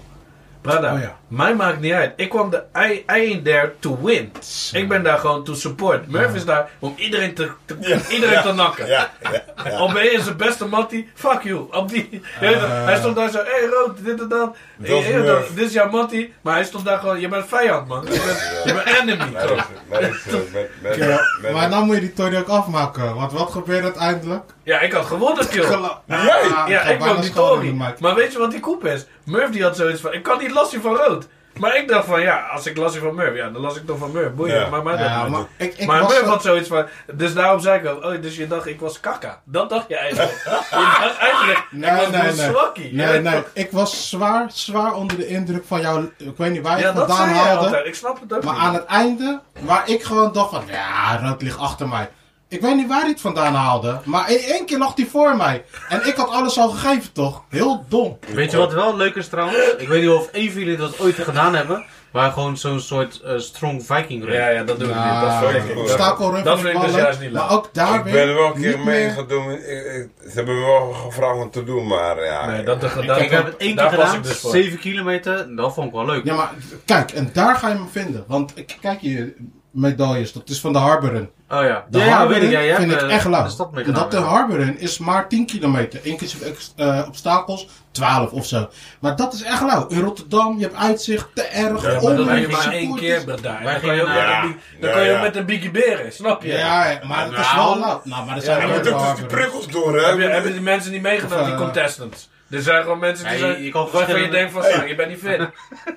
Brada, Oh ja. mij maakt niet uit. Ik kwam de I, I ain't there to win. Ik ben daar gewoon to support. Murph is daar om iedereen te, te- iedereen te nakken. Ja, ja, ja. Ah. Al ben je zijn beste mattie, fuck you. Op die, Je weet het, hij stond daar zo, hé hey, Rood, dit en dat. Dat Hey, is hey, Murph. dit is jouw mattie. Maar hij stond daar gewoon, je bent vijand man. Je bent, je bent enemy. Luister, luister, met- met- Ja, met- maar nou moet je die toren ook afmaken. Want wat gebeurt uiteindelijk? Ja, ik had gewonnen kill. Jij? Ah, Ja, ga ik bijna wil die schade Tory. doen, Mike. Maar weet je wat die koep is? Murph die had zoiets van, ik kan niet lastig van rood. Maar ik dacht van, ja, als ik lastig van Murph, ja, dan las ik toch van Murph. Boeien, Ja. maar, maar, Ja, maar ik, ik maar was Murph zo- had zoiets van, dus daarom zei ik ook, oh, dus je dacht ik was kaka. Dat dacht je eigenlijk. je dacht eigenlijk, ik was een zwakkie. Nee, nee. Ik was zwaar, zwaar onder de indruk van jou. Ik weet niet waar je Ja, het dat vandaan zei je haalde. altijd. Ik snap het ook Maar niet. aan het einde, waar ik gewoon dacht van, ja, rood ligt achter mij. Ik weet niet waar hij het vandaan haalde, maar in één keer lag hij voor mij. En ik had alles al gegeven, toch? Heel dom. Weet je wat wel leuk is trouwens? Ik weet niet of één van jullie dat ooit gedaan hebben. Maar gewoon zo'n soort eh, strong viking run. Ja, ja, dat doe ik niet. Dat Nou, vind ik Ah, dat niet. Stakelrug dat van vind ik dus ballen, juist niet leuk. Maar ook daar Ik weer ben er wel een keer niet mee meer- gaan doen. Ik- ik- ze hebben me wel gevraagd om te doen, maar ja. Nee, dat, dat, Ik heb het één keer daar was gedaan, ik dus voor. 7 kilometer. Dat vond ik wel leuk. Ja, maar kijk, en daar ga je me vinden. Want ik- kijk je medailles, dat is van de Harboren. Oh ja. De ja, ja, Harboren weet ik. Ja, jij vind hebt, ik eh, echt de leuk. stad mee Omdat de gedaan, ja. Harboren is maar 10 kilometer. Inclusief ex- eh, obstakels, 12 of zo. Maar dat is echt leuk. In Rotterdam, je hebt uitzicht, te erg. Ja, maar om- Maar dat doe je Wij maar gingen één supporters. keer, brada. En Wij Dan kan je ook gingen met naar- een big- dan Ja, kan je ja. ook met een biggie beren, snap je? Ja, maar het is wel leuk. Nou, maar er zijn Ja, ook maar wel dat is die Harboren. prikkels door, hè? Heb je, hebben die mensen niet meegedaan, Of, die eh, contestants? Er zijn gewoon mensen die Ja, je- zijn, je kan waarvan je verschillende- denkt van, Slang, je bent niet fit.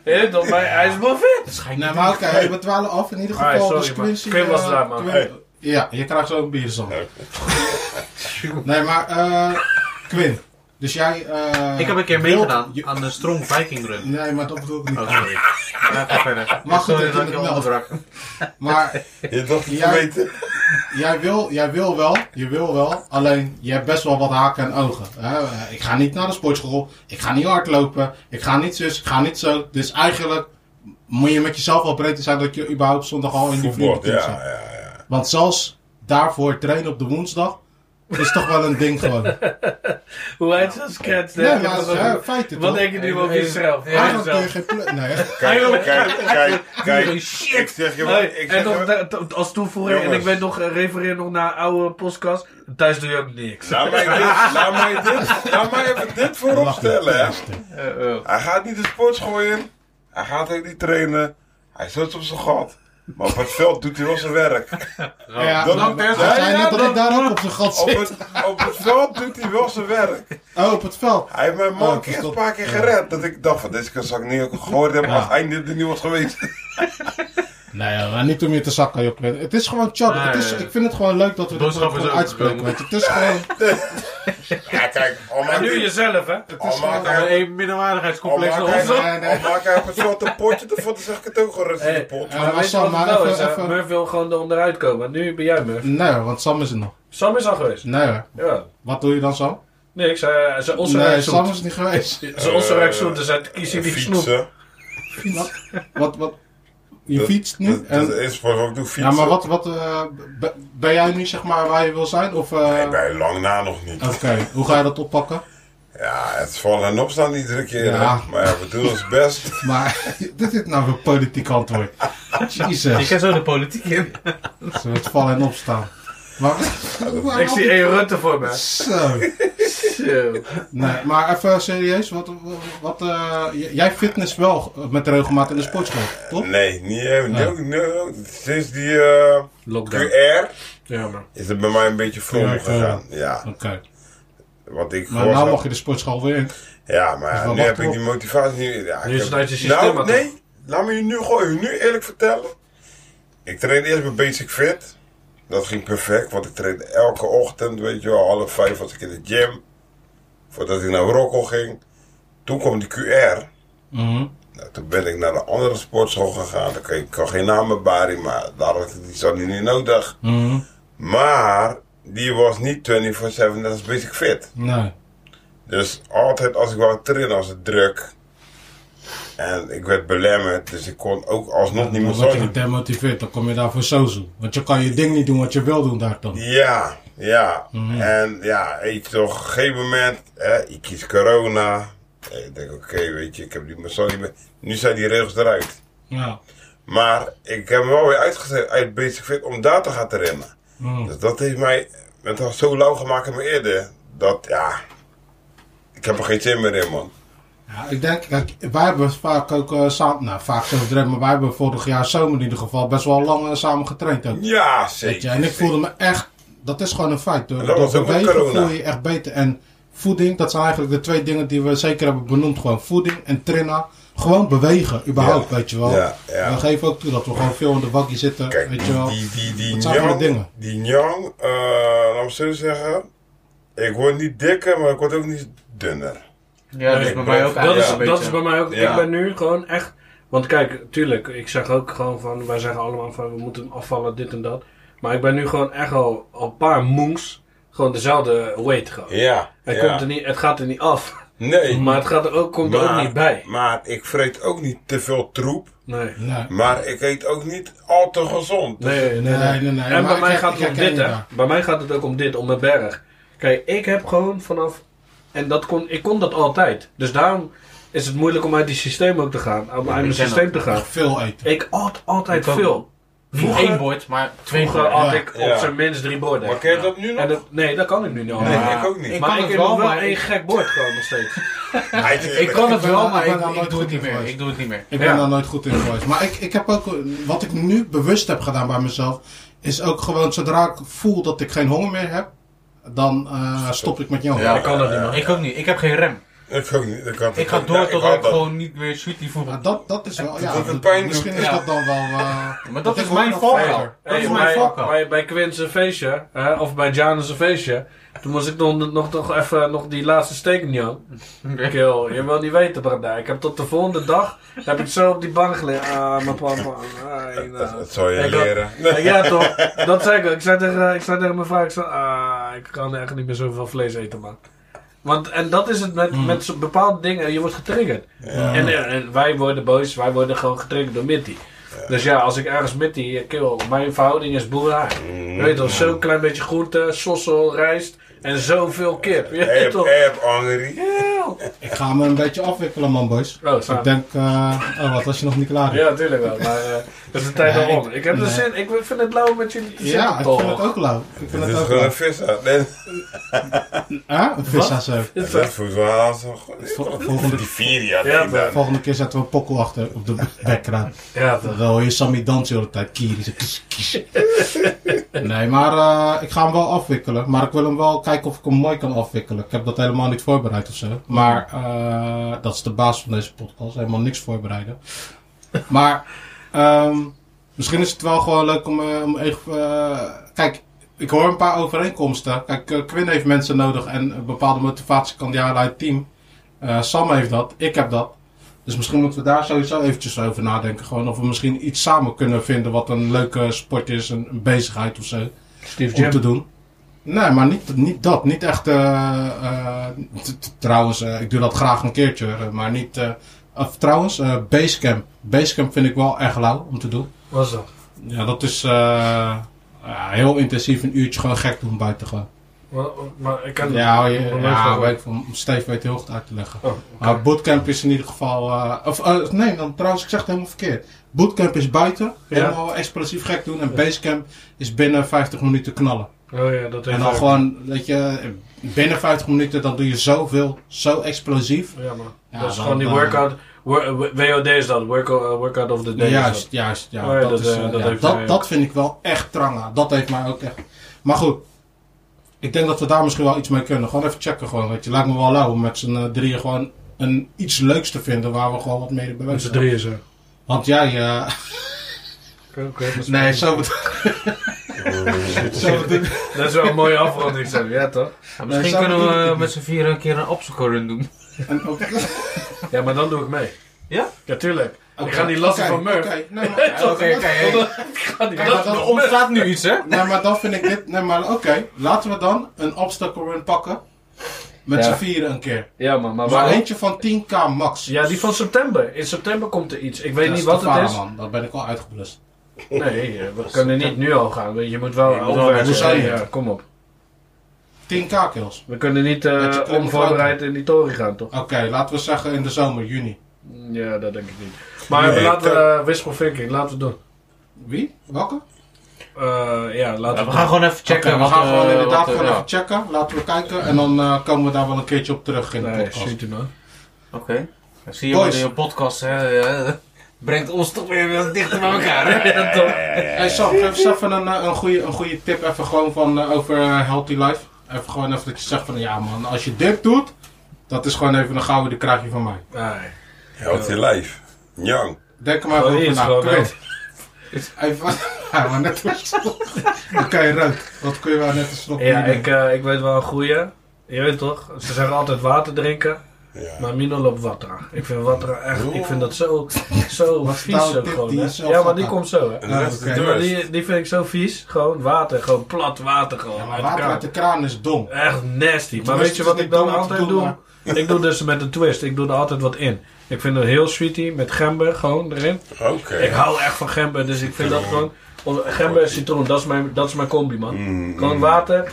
Hé, toch, maar hij is wel fit. Nee, maar oké, we dwalen af in ieder Ah, geval. sorry, dus man. Quincy, Quinn was eh, daar, man. Quinn- Hey. Ja, je krijgt zo een bierzand. nee, maar eh Quinn, dus jij... eh, Ik heb een keer wilt- meegedaan je- aan de strong viking run. Nee, maar dat bedoel ik niet. Oh, sorry. Ja, ga verder. Maar goed, sorry dat dat je ik je het meldt. onderbrak. Maar Je dacht het Ja. te weten. jij wil, jij wil wel, je wil wel. Alleen, je hebt best wel wat haken en ogen. hè. Eh, ik ga niet naar de sportschool. Ik ga niet hardlopen. Ik ga niet zus. Ik ga niet zo. Dus eigenlijk moet je met jezelf wel breed zijn dat je überhaupt zondag al in die Voetbal, vriendenteam ja, zit. ja, ja. Want zelfs daarvoor trainen op de woensdag is toch wel een ding gewoon. Hoe heet ze? Skets. Nee, maar dat is eh, feiten Wat toch? denk je nu over Even- jezelf? Eigenlijk kun je geen plek... Nee, Kijk, kijk, kijk, kijk. Shit. Ik zeg je wel, Hey, ik en zeg nog, je wel. da- to- als toevoeging, en ik Jongens. weet nog, eh, refereer nog naar oude podcast. Thuis doe je ook niks. Laat mij dit, laat mij dit, laat mij even dit voorop stellen, hè. Eh, eh. Hij gaat niet de sportschool in. Hij gaat ook niet trainen. Hij zit op zijn gat. Maar op het veld doet hij wel zijn werk. Ja, dat- dat dat- zei ja, net dat dat- ik daar ook op zijn gat Op zit. het, op het veld doet hij wel zijn werk. Oh, op het veld. Hij heeft mijn man Oh, een keer dat- een paar keer gered. Dat ik dacht van, deze keer zou ik niet gehoord hebben Ja. als hij dit er niet was geweest. Nee, maar niet om je te zakken, joh. Quinn. Het is gewoon chat. Nee, het is, nee. ik vind het gewoon leuk dat we dit Boodschap gewoon is uitspreken. overgekomen. Weet je. Het is gewoon... Eh, Ja, kijk, al En maakt nu hij- jezelf, hè? al maakt Eh, hij- Een al minderwaardigheidscomplex. maakt nog. Nee, hij- nee, nee. al maakt hij op het veld een potje ervan, dan zeg ik het ook gerust in de Hey, pot. eh, Maar maar weet je Sam, wat het maar nou even- is? hè? even- Murph wil gewoon eronder uitkomen. Nu ben jij Murph. Nee, hoor, want Sam is er nog. Sam is al geweest. Nee hoor. Ja. Wat doe je dan, Sam? Niks, eh, ze nee, ossenrijk Sam zoet. is niet geweest. Ze ossenrijk zoet, dus uit kies je die snoep. Eh, Fietsen. Wat? Wat? wat? Je Dat- fietst nu? Dat, dat En, is voor Hm? wat ik doe, fietsen. ja, maar wat... wat eh, be- ben jij nu, zeg maar, waar je wil zijn? Of... eh, Nee, bij lang na nog niet. Oké, hoe ga je dat oppakken? Ja, het is vallen en opstaan iedere keer. hè. Ja. Maar ja, we doen ons best. Maar dit is nou een politiek antwoord. Ik Jezus, ga zo de politiek in. ze het vallen en opstaan. Maar, Ik zie één Rutte voor me. Zo. Nee, maar even serieus, wat, wat, eh, j- jij fitness wel eh, met regelmaat in de sportschool, toch? Nee, niet Ah. even. Nee. Nee, nee. Sinds die eh, Lockdown. QR Ja, man. is het bij mij een beetje vrolijk Ja, ja. gegaan. Ja, Oké, want ik maar was nou al- mag je de sportschool weer in. Ja, maar Dus ja, wel nu heb wachten ik op. die motivatie niet. Ja, Nu is ik heb- het uit je systeem, Nou, maar nee, laat me je nu gewoon je nu eerlijk vertellen. Ik train eerst mijn Basic Fit. Dat ging perfect, want ik train elke ochtend, weet je wel, half vijf was ik in de gym. Voordat ik naar Rocco ging. Toen kwam die QR. Mhm. Nou, toen ben ik naar een andere sportschool gegaan. Ik kan, ik kan geen namen baren, maar daar had ik, die zat niet in nodig. Mhm. Maar die was niet 24-7, net als basic fit. Nee. Dus altijd als ik wou trainen, was het druk. En ik werd belemmerd, dus ik kon ook alsnog niet meer Dan word je zo. gedemotiveerd, dan kom je daarvoor zo zo. Want je kan je ding niet doen wat je wil doen daar dan. Ja, ja. En ja, ik toch, op een gegeven moment, hè, ik kies corona. En Ik denk, oké, weet je, ik heb die mazzel niet meer. Nu zijn die regels eruit. Ja. Maar ik heb me wel weer uitgezet uit Basic Fit om daar te gaan rennen. Mm. Dus dat heeft mij het was zo lauw gemaakt in mijn eerder. Dat ja, ik heb er geen zin meer in, man. Ja, ik denk, kijk, wij hebben vaak ook eh, samen, nou vaak zo direct, maar wij hebben vorig jaar zomer in ieder geval best wel lang eh, samen getraind ook. Ja, Weet je, zeker. en ik voelde me echt, dat is gewoon een feit hoor. En dat was Door ook met bewegen corona. voel je je echt beter. En voeding, dat zijn eigenlijk de twee dingen die we zeker hebben benoemd. Gewoon voeding en trainen. Gewoon bewegen, überhaupt, Ja. weet je wel. Ja, ja. We geven ook toe dat we gewoon veel in de bakkie zitten, Kijk, weet die, je wel. die, die, die Dat zijn gewoon Njang, dingen. die Njang, eh, laat me zo zeggen. Ik word niet dikker, maar ik word ook niet dunner. Ja, dat is bij mij ook Dat, eigenlijk is, een beetje. dat is bij mij ook. Ja. Ik ben nu gewoon echt. Want kijk, tuurlijk, ik zeg ook gewoon van. Wij zeggen allemaal van we moeten afvallen, dit en dat. Maar ik ben nu gewoon echt al, al een paar moons. Gewoon dezelfde weight gewoon. Ja, Het, ja. komt er niet, het gaat er niet af. Nee, Maar het gaat er ook, komt er ook maar- niet bij. Maar ik vreet ook niet te veel troep. Nee. Nee. Maar ik eet ook niet al te gezond. Nee, nee, nee. Dus- nee, nee, nee, En maar bij ik mij her- gaat ik het om herken dit, je hè. daar. Bij mij gaat het ook om dit, om mijn berg. Kijk, ik heb gewoon vanaf... En dat kon, ik kon dat altijd. Dus daarom is het moeilijk om uit die systeem ook te gaan. Om uit mijn ken systeem te gaan. Echt veel eten. Ik at altijd Ik ook. veel. Niet Vroeger- één bord, maar twee Vroeger borden. had Ja, ik op ja. zijn minst drie borden. Maar ken je dat nu nog? En dat- nee, dat kan ik nu niet. Nee, allemaal. ik ook niet. Ik maar kan ik het heb wel, nog wel maar één ik, gek bord gewoon nog steeds. ik kan het wel, maar Ik ben ik, daar nooit ik doe het goed niet in meer. geweest. Ik doe het niet meer. Ik Ja. ben daar nooit goed in geweest. Maar ik, ik heb ook, eh, wat ik nu bewust heb gedaan bij mezelf, is ook gewoon zodra ik voel dat ik geen honger meer heb, dan eh, stop ik met jou. Ja. Ik kan dat niet meer. Ik ook niet. Ik heb geen rem. Ik ook niet. Ik, had Ik ga door totdat ik gewoon niet meer shoot die voetbal. Maar dat, dat is wel, ja, dat het pijn misschien doet, is ja. dat dan wel... eh, Maar dat dat is ik mijn ook val. nog verder. Dat is Hey, mijn bij, val. bij, bij Quin's een feestje, hè, of bij Janus een feestje. Toen moest ik nog, nog, nog even nog die laatste steek niet aan. Kill, je wil niet weten, Brada. Ik heb tot de volgende dag heb ik zo op die bank gelegen. Ah, mijn papa. Ah, ik, Dat, nou. dat zou je Ik had- leren. Eh, Ja, toch? Dat zei ik ook. Ik zei tegen, eh, ik zei tegen mijn vrouw, ik, zei, ah, ik kan echt niet meer zoveel vlees eten, man. Want, en dat is het met, met zo- bepaalde dingen. Je wordt getriggerd. En, eh, en wij worden boos, wij worden gewoon getriggerd door Mitty. Dus ja, als ik ergens Mitty eh, kill, mijn verhouding is boerderij. Je Weet je wel, zo'n klein beetje groente, sossel, rijst en zoveel kip. Je weet App, toch? app, Henri. Ik ga me een beetje afwikkelen, man, boys. Oh, sorry. ik denk, eh, oh, wat was je nog niet klaar? Ja, natuurlijk wel. Maar eh, dat is de tijd Nee, al om. ik- Ik heb er nee. zin. Ik vind het lauw met jullie te Ja, zitten. ik toch? vind het ook leuk. Ik vind Dit het is ook gewoon een leuk. visser. Nee, Hè? Een vis aan zo. Dit is- dat voelt wel aan zo'n... volgende- Die vier jaar Ja, denk ik dan. Volgende keer zetten we een pokkel achter op de bekraam. Ja, toch. Dan hoor je Sammy dansen de hele tijd. Kiri, zo kies, kies. Nee, maar eh, ik ga hem wel afwikkelen. Maar ik wil hem wel kijken of ik hem mooi kan afwikkelen. Ik heb dat helemaal niet voorbereid of zo. Maar eh, dat is de basis van deze podcast. Helemaal niks voorbereiden. Maar ehm, misschien is het wel gewoon leuk om, eh, om even... eh, kijk, ik hoor een paar overeenkomsten. Kijk, eh, Quinn heeft mensen nodig en een bepaalde motivatie kan die halen uit het team. Eh, Sam heeft dat, ik heb dat. Dus misschien moeten we daar sowieso eventjes over nadenken. Gewoon of we misschien iets samen kunnen vinden wat een leuke sport is, een, een bezigheid of zo. Steve Om te doen. Nee, maar niet, niet dat. Niet echt. eh, eh, t- t- trouwens, eh, ik doe dat graag een keertje, eh, maar niet. eh, of trouwens, eh, Basecamp. Basecamp vind ik wel echt lauw om te doen. Was dat? Ja, dat is eh, ja, heel intensief een uurtje gewoon gek doen buiten gewoon. Maar, maar ik kan Ja, oh, ik je, kan ja nooit weet, ik van- Steve weet heel goed uit te leggen. Oh, oké. Maar bootcamp is in ieder geval. eh, of eh, nee, dan, trouwens, ik zeg het helemaal verkeerd. Bootcamp is buiten, Ja. helemaal explosief gek doen. En basecamp is binnen 50 minuten knallen. Oh ja, dat heeft en dan ook- gewoon, weet je, binnen 50 minuten, dan doe je zoveel, zo explosief. Ja, maar. Ja, dat is dan- gewoon die dan- workout. wor- eh, WOD is dat. Workout, eh, workout of the day. is dat. juist, juist, ja. Oh ja, dat, dat, is, eh, eh, dat ja, heeft mij dat, ook. dat vind ik wel echt tranga. Dat heeft mij ook echt. Maar goed, ik denk dat we daar misschien wel iets mee kunnen. Gewoon even checken, gewoon. Weet je, lijkt me wel lauw om met z'n eh, drieën gewoon een iets leuks te vinden waar we gewoon wat mee Met z'n bewegen. drieën zo. Want jij, eh, Oké, oké, dat is- nee, zo bedoel zo bedoel- Dat is wel een mooie afronding zo. Ja, toch? Ja, Misschien samen kunnen doe ik we het met z'n vieren een keer een obstacle run doen. en ook- Ja, maar dan doe ik mee. Ja? Ja, tuurlijk. Ik ga niet lasten Oké, van Murph. oké, nee, maar- Oké, oké. hey. Ik ga niet Kijk, lasten. dat- Er ontstaat nu iets, hè? Nee, maar dan vind ik dit... Nee, maar oké. Laten we dan een obstacle run pakken. Met Ja. z'n vieren een keer. Ja, man, maar Maar waarom? eentje van 10k max. Ja, die van september. In september komt er iets. Ik weet Dat niet wat te het varen, is. Man. Dan ben ik al uitgeblust. Nee, eh, we kunnen niet nu al gaan. Je moet wel Je moet wel opwerken. goed zijn, Ja, ja. kom op. 10k kills. We kunnen niet eh, Met je kromme onvoorbereid in die toren gaan, toch? Oké, laten we zeggen in de zomer, juni. Ja, dat denk ik niet. Maar Nee, laten we dat- eh, wishful thinking, laten we het doen. Wie? Welke? Eh, ja, laten Ja, we we gaan gewoon even checken. Oké, we wat, gaan eh, gewoon inderdaad wat, eh, gewoon ja. even checken. Laten we kijken. En dan eh, komen we daar wel een keertje op terug in de Nee, podcast. shoot man. Oké. Dan Zie je Boys. wel in je podcast, hè? ja, Brengt ons toch weer wat dichter bij elkaar, hè? Ja, toch? Hey Sam, geef eens even een, eh, een, goede, een goede tip even gewoon van, eh, over eh, Healthy Life. Even gewoon even dat je zegt van ja man, als je dit doet, dat is gewoon even een gouden, die krijg je van mij. Nee. Houdt je lijf. Njang. Denk er maar even Oh, die over is na. wel Kom op. dood. Even, ja, maar net als Oké, Rood, wat kun je wel net als slot Ja, doen? ik, eh, ik weet wel een goeie. Je weet toch? Ze zeggen altijd water drinken. Ja. Maar Mino loopt Watra. Ik vind Watra echt, ik vind dat zo, zo vies nou zo dit gewoon. die hè. zelf Ja, maar die aan- komt zo hè. En Ah, de rest oké. is Maar dorst. die, die vind ik zo vies. Gewoon water, gewoon plat water gewoon. Ja, maar uit water elkaar. uit de kraan is dom. Echt nasty. Maar Tenminste, weet je wat het ik is dan niet dom om te altijd doen, doe? Ik doe dus met een twist. Ik doe er altijd wat in. Ik vind een heel sweetie met gember gewoon erin. Ik Oké. hou echt van gember, dus ik vind dat gewoon... of Gember en citroen, dat is mijn, dat is mijn combi, man. Gewoon water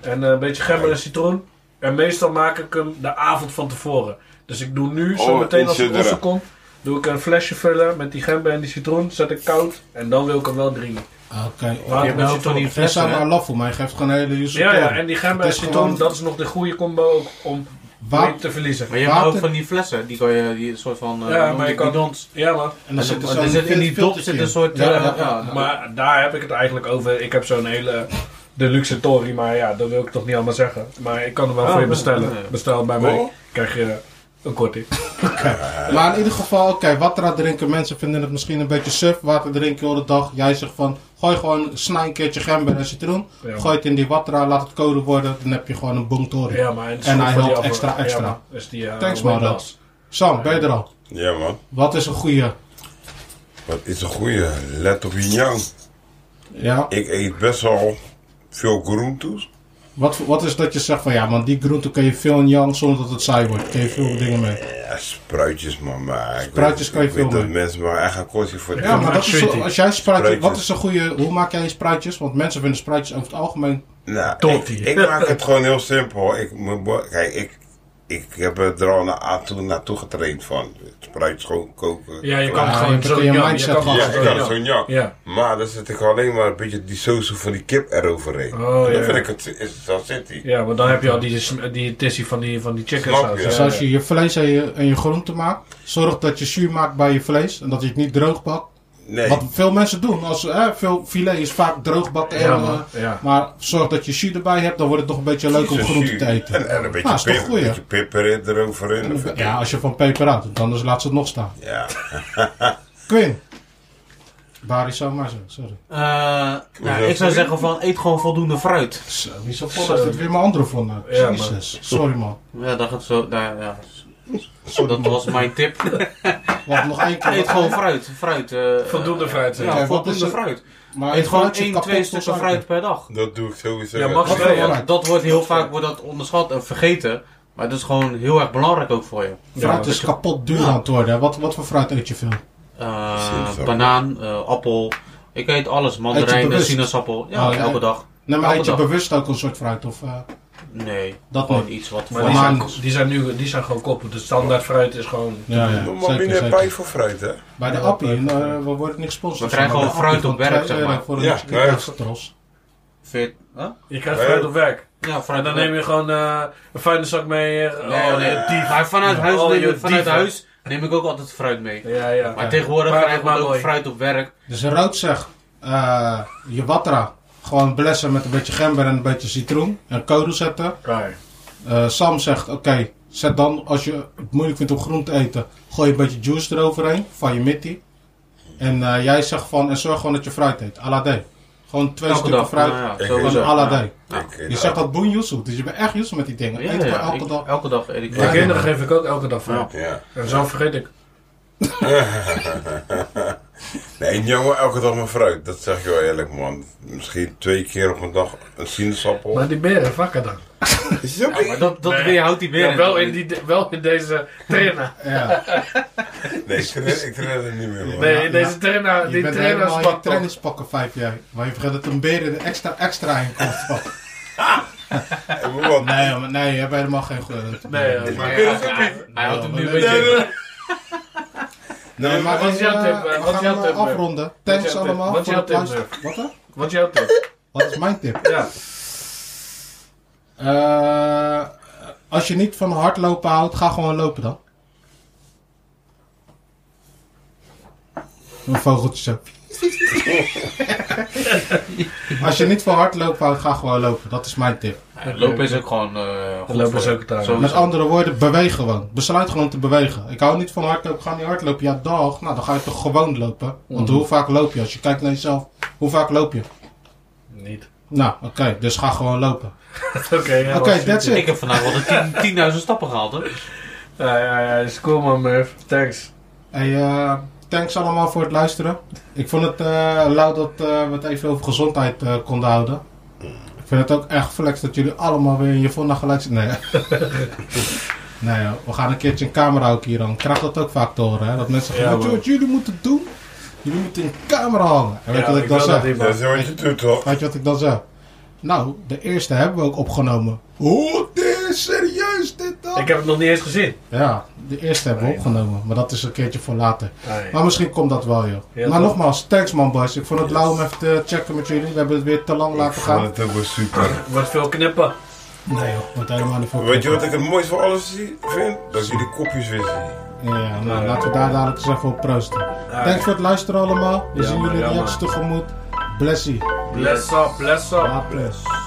en eh, een beetje gember en citroen. En meestal maak ik hem de avond van tevoren. Dus ik doe nu, zo Oh, meteen als het inzet ossen eraan. komt... doe ik een flesje vullen met die gember en die citroen. Zet ik koud en dan wil ik hem wel drinken. Oké, oh, Water met hebt nou citroen. van die Fles aan hè? maar laf voor mij, geeft gewoon een hele user Ja, ja, en die gember en Het is citroen, gewoon- dat is nog de goede combo ook om niet Water, te verliezen. Maar je hebt Water- ook van die flessen, die kan je, die soort van. eh, Ja, noem maar je die kan- bidons. Ja, man. en En dan zit er dan- Dus zo'n en dan- in die dop filtertje zit in. een soort. Ja, eh, ja, ja, Maar daar heb ik het eigenlijk over. Ik heb zo'n hele deluxe Tory, maar ja, dat wil ik toch niet allemaal zeggen. Maar ik kan hem wel Oh, voor je nee, bestellen. nee. Bestel bij mij, Oh. krijg je een korting. Maar in ieder geval, oké, water aan drinken. Mensen vinden het misschien een beetje suf. Water drinken de hele dag. Jij zegt van, gooi gewoon, snij een keertje gember en citroen. Ja. Gooi het in die water aan, laat het kolen worden. Dan heb je gewoon een boomtoren. Ja, maar het is En goed hij voor die helpt afwa- extra, extra. Ja, man. dus die, eh, Thanks, man. Windows. Sam, ben je er al? Ja, man. Wat is een goede? Wat is een goeie. Let op je njang. Ja, Ik eet best wel veel groentes. wat, voor- wat is dat je zegt van, ja man, die groente kun je veel in Jan zonder dat het saai wordt. Kun je veel dingen mee. Ja, spruitjes, man. Maar ik Spruitjes weet- kan je ik weet veel dat mee. mensen maar echt een kostje voor Ja, maar maak dat is, zo- sweetie. als jij spruitjes, Spruitjes. wat is een goede, hoe maak jij je spruitjes? Want mensen vinden spruitjes over het algemeen, Nou, ik, Totti. ik maak het gewoon heel simpel. Ik, moet bo- kijk, ik, ik heb er al na- aan toe, naartoe getraind van. Spruitjes gewoon koken. Ja, je kan Ja, het je gewoon moet zo in je mindset gaan Ja, het ik gewoon kan zo- het zo'n jak. Ja. Maar dan zet ik alleen maar een beetje die sauce van die kip eroverheen. Oh, dan ja. vind ik het, is, dan zit hij. Ja, want dan heb je al die, sm- die tissie van die, van die chicken Snap saus. je. Ja, Dus ja. als je je vlees en je, en je groente maakt, zorg dat je zuur maakt bij je vlees en dat je het niet droog bakt. Nee, Wat veel mensen doen, als, hè, veel filet is vaak droog bakken. Ja, en, man, eh, ja. Maar zorg dat je jus erbij hebt, dan wordt het nog een beetje leuk om zo groente zuur. te eten. En, en een beetje, Nou, is toch pip- goeie? een beetje peper in- eroverheen. Dan vind ik- Ja, als je van peper houdt, want anders laat ze het nog staan. ja. Quinn. Bari zou maar zo, sorry. Eh, nou, ik zou zeggen van eet gewoon voldoende fruit. Zo, wie zo vol is dit weer mijn andere voor nou. Ja, man. Jezus, sorry man. Ja, dat gaat zo. Nou, ja. Dat was mijn tip. Wacht, nog één keer. Eet wat- gewoon fruit. Fruit. eh, Voldoende fruit. Ja, Ja, Oké, wat is voldoende het? fruit. Maar Eet het gewoon fruitje 1, kapot 2 tot stukken suiker. fruit per dag. Dat doe ik sowieso. Ja, mag Wat je voor wel, ja. fruit? Dat wordt heel vaak wordt dat onderschat en vergeten. Maar dat is gewoon heel erg belangrijk ook voor je. Fruit Ja, is kapot duur aan het worden. Wat, wat voor fruit eet je veel? Nou, Eh, Precies, ja. banaan, eh, appel. Ik eet alles. Eet je Mandarijn, bewust? sinaasappel. Ja, Oh, ja. elke dag. Nee, maar Elke eet je dag. bewust ook een soort fruit? Of, eh, Nee, Dat gewoon niet. iets wat Maar voor die mij zijn, Bananen. die zijn nu die zijn gewoon koppel. De standaard fruit is gewoon... ja, Doe ja, maar zeker, binnen zeker. pij voor fruit, hè. Bij de Ja, appie, dat- eh, we worden niet gesponsord. We krijgen maar bij gewoon de appie fruit op van werk, twee zeg maar. euro Voor een Ja, stukje ja. kastros. Fit. Huh? Je krijgt fruit op werk. Ja, En vanuit dan neem je gewoon eh, een fijne zak mee. eh, Nee, oh, nee, nee, dief. Maar vanuit, huis, Oh, neem, je vanuit dief, hè. huis neem ik ook altijd fruit mee. Ja, ja. Maar tegenwoordig Maar krijgen we maar ook mooi. fruit op werk. Dus rood zegt, eh, je watra gewoon blessen met een beetje gember en een beetje citroen. En koude zetten. Right. Eh, Sam zegt, oké, zet dan, als je het moeilijk vindt om groente te eten, gooi een beetje juice eroverheen van je mittie. En eh, jij zegt van, en zorg gewoon dat je fruit eet. Aladé. Gewoon twee Elke stukken dag. fruit. Nou ja, Ik sowieso. eet Gewoon Aladé. Ik, Je zegt dat boen Yusuf, dus je bent echt Yusuf met die dingen. Ja, Eet ja, gewoon ik- elke dag. elke dag eet ik De fruit. kinderen geef ik ook elke dag fruit. Ja. En zo vergeet ik. Nee, jongen, elke dag mijn fruit. Dat zeg ik wel eerlijk, man. Misschien twee keer op een dag een sinaasappel. Maar die beren vakken dan. Is het ook- Maar dat, dat Nee. weer houdt hij weer. Ja, wel, in die, wel in deze trainer. Ja, Nee, ik train, ik train het niet meer, man. Nee, in deze trainer. je Die bent helemaal trainerspak. je trainingspakken vijf jaar. Maar je vergeet dat een beer er extra, extra in komt. Ik moet wat- Nee, maar nee, je hebt helemaal geen geur. Nee, ja, Maar maar- kun je het ook Hij, hij houdt hem nu Nee, een Nee, beetje. nee, nee. Nee, maar Wat is jouw eh, tip, eh, we wat is gaan jouw hem, tip, eh, Murph? afronden. is jouw Thanks tip? allemaal Wat is voor jouw het tip, luisteren. Wat dan? Wat is jouw tip? Wat is mijn tip? Ja. Eh, als je niet van hardlopen houdt, ga gewoon lopen dan. Een vogeltje zo. Als je niet van hardlopen houdt, ga gewoon lopen. Dat is mijn tip. Ja, Lopen is ook gewoon. eh, goed Lopen is voor je. ook het aan. Sowieso. Met andere woorden, beweeg gewoon. Besluit gewoon te bewegen. Ik hou niet van hardlopen, ga niet hardlopen. Ja, dag. Nou, dan ga je toch gewoon lopen. Want hoe vaak loop je? Als je kijkt naar jezelf, hoe vaak loop je? Niet. Nou, oké, dus ga gewoon lopen. Oké, ja, Oké, was- that's it. Ik heb vandaag wel de 10 10.000 stappen gehaald. Hè. Ja, ja, ja, is cool man, Murph. Thanks. Hey, eh, thanks allemaal voor het luisteren. Ik vond het eh lauw dat eh, we het even over gezondheid eh, konden houden. Ik vind het ook echt flex dat jullie allemaal weer in je vonna gelijk zitten. Nee. nee, joh. we gaan een keertje een camera ook hier hangen. Ik krijg dat ook vaak te horen, hè? Dat mensen Ja, zeggen, weet je man. wat jullie moeten doen? Jullie moeten een camera hangen. En weet je Ja, wat ik, dan wil zeg? dat niet, Dat man. is wat je doet, toch? Weet je wat ik dan zeg? Nou, de eerste hebben we ook opgenomen. Oh, dit is serieus, dit dan? Ik heb het nog niet eens gezien. Ja, de eerste hebben we opgenomen. Maar dat is een keertje voor later. Nee. Maar misschien komt dat wel, joh. Ja, maar toch? nogmaals, thanks man, boys. Ik vond het lauw om even te checken met jullie. We hebben het weer te lang laten Ik vond gaan. het ook wel super. Wordt veel knippen. Nee, joh. Wordt helemaal niet voor. Weet je wat ik het mooiste van alles zie- vind? Dat jullie kopjes weer zien. Ja, nou, laten we daar dadelijk eens even op proosten. Thanks voor het luisteren allemaal. We Ja, zien man, jullie ja, man. reacties tegemoet. Blessie. Bless up, bless up. Applaus.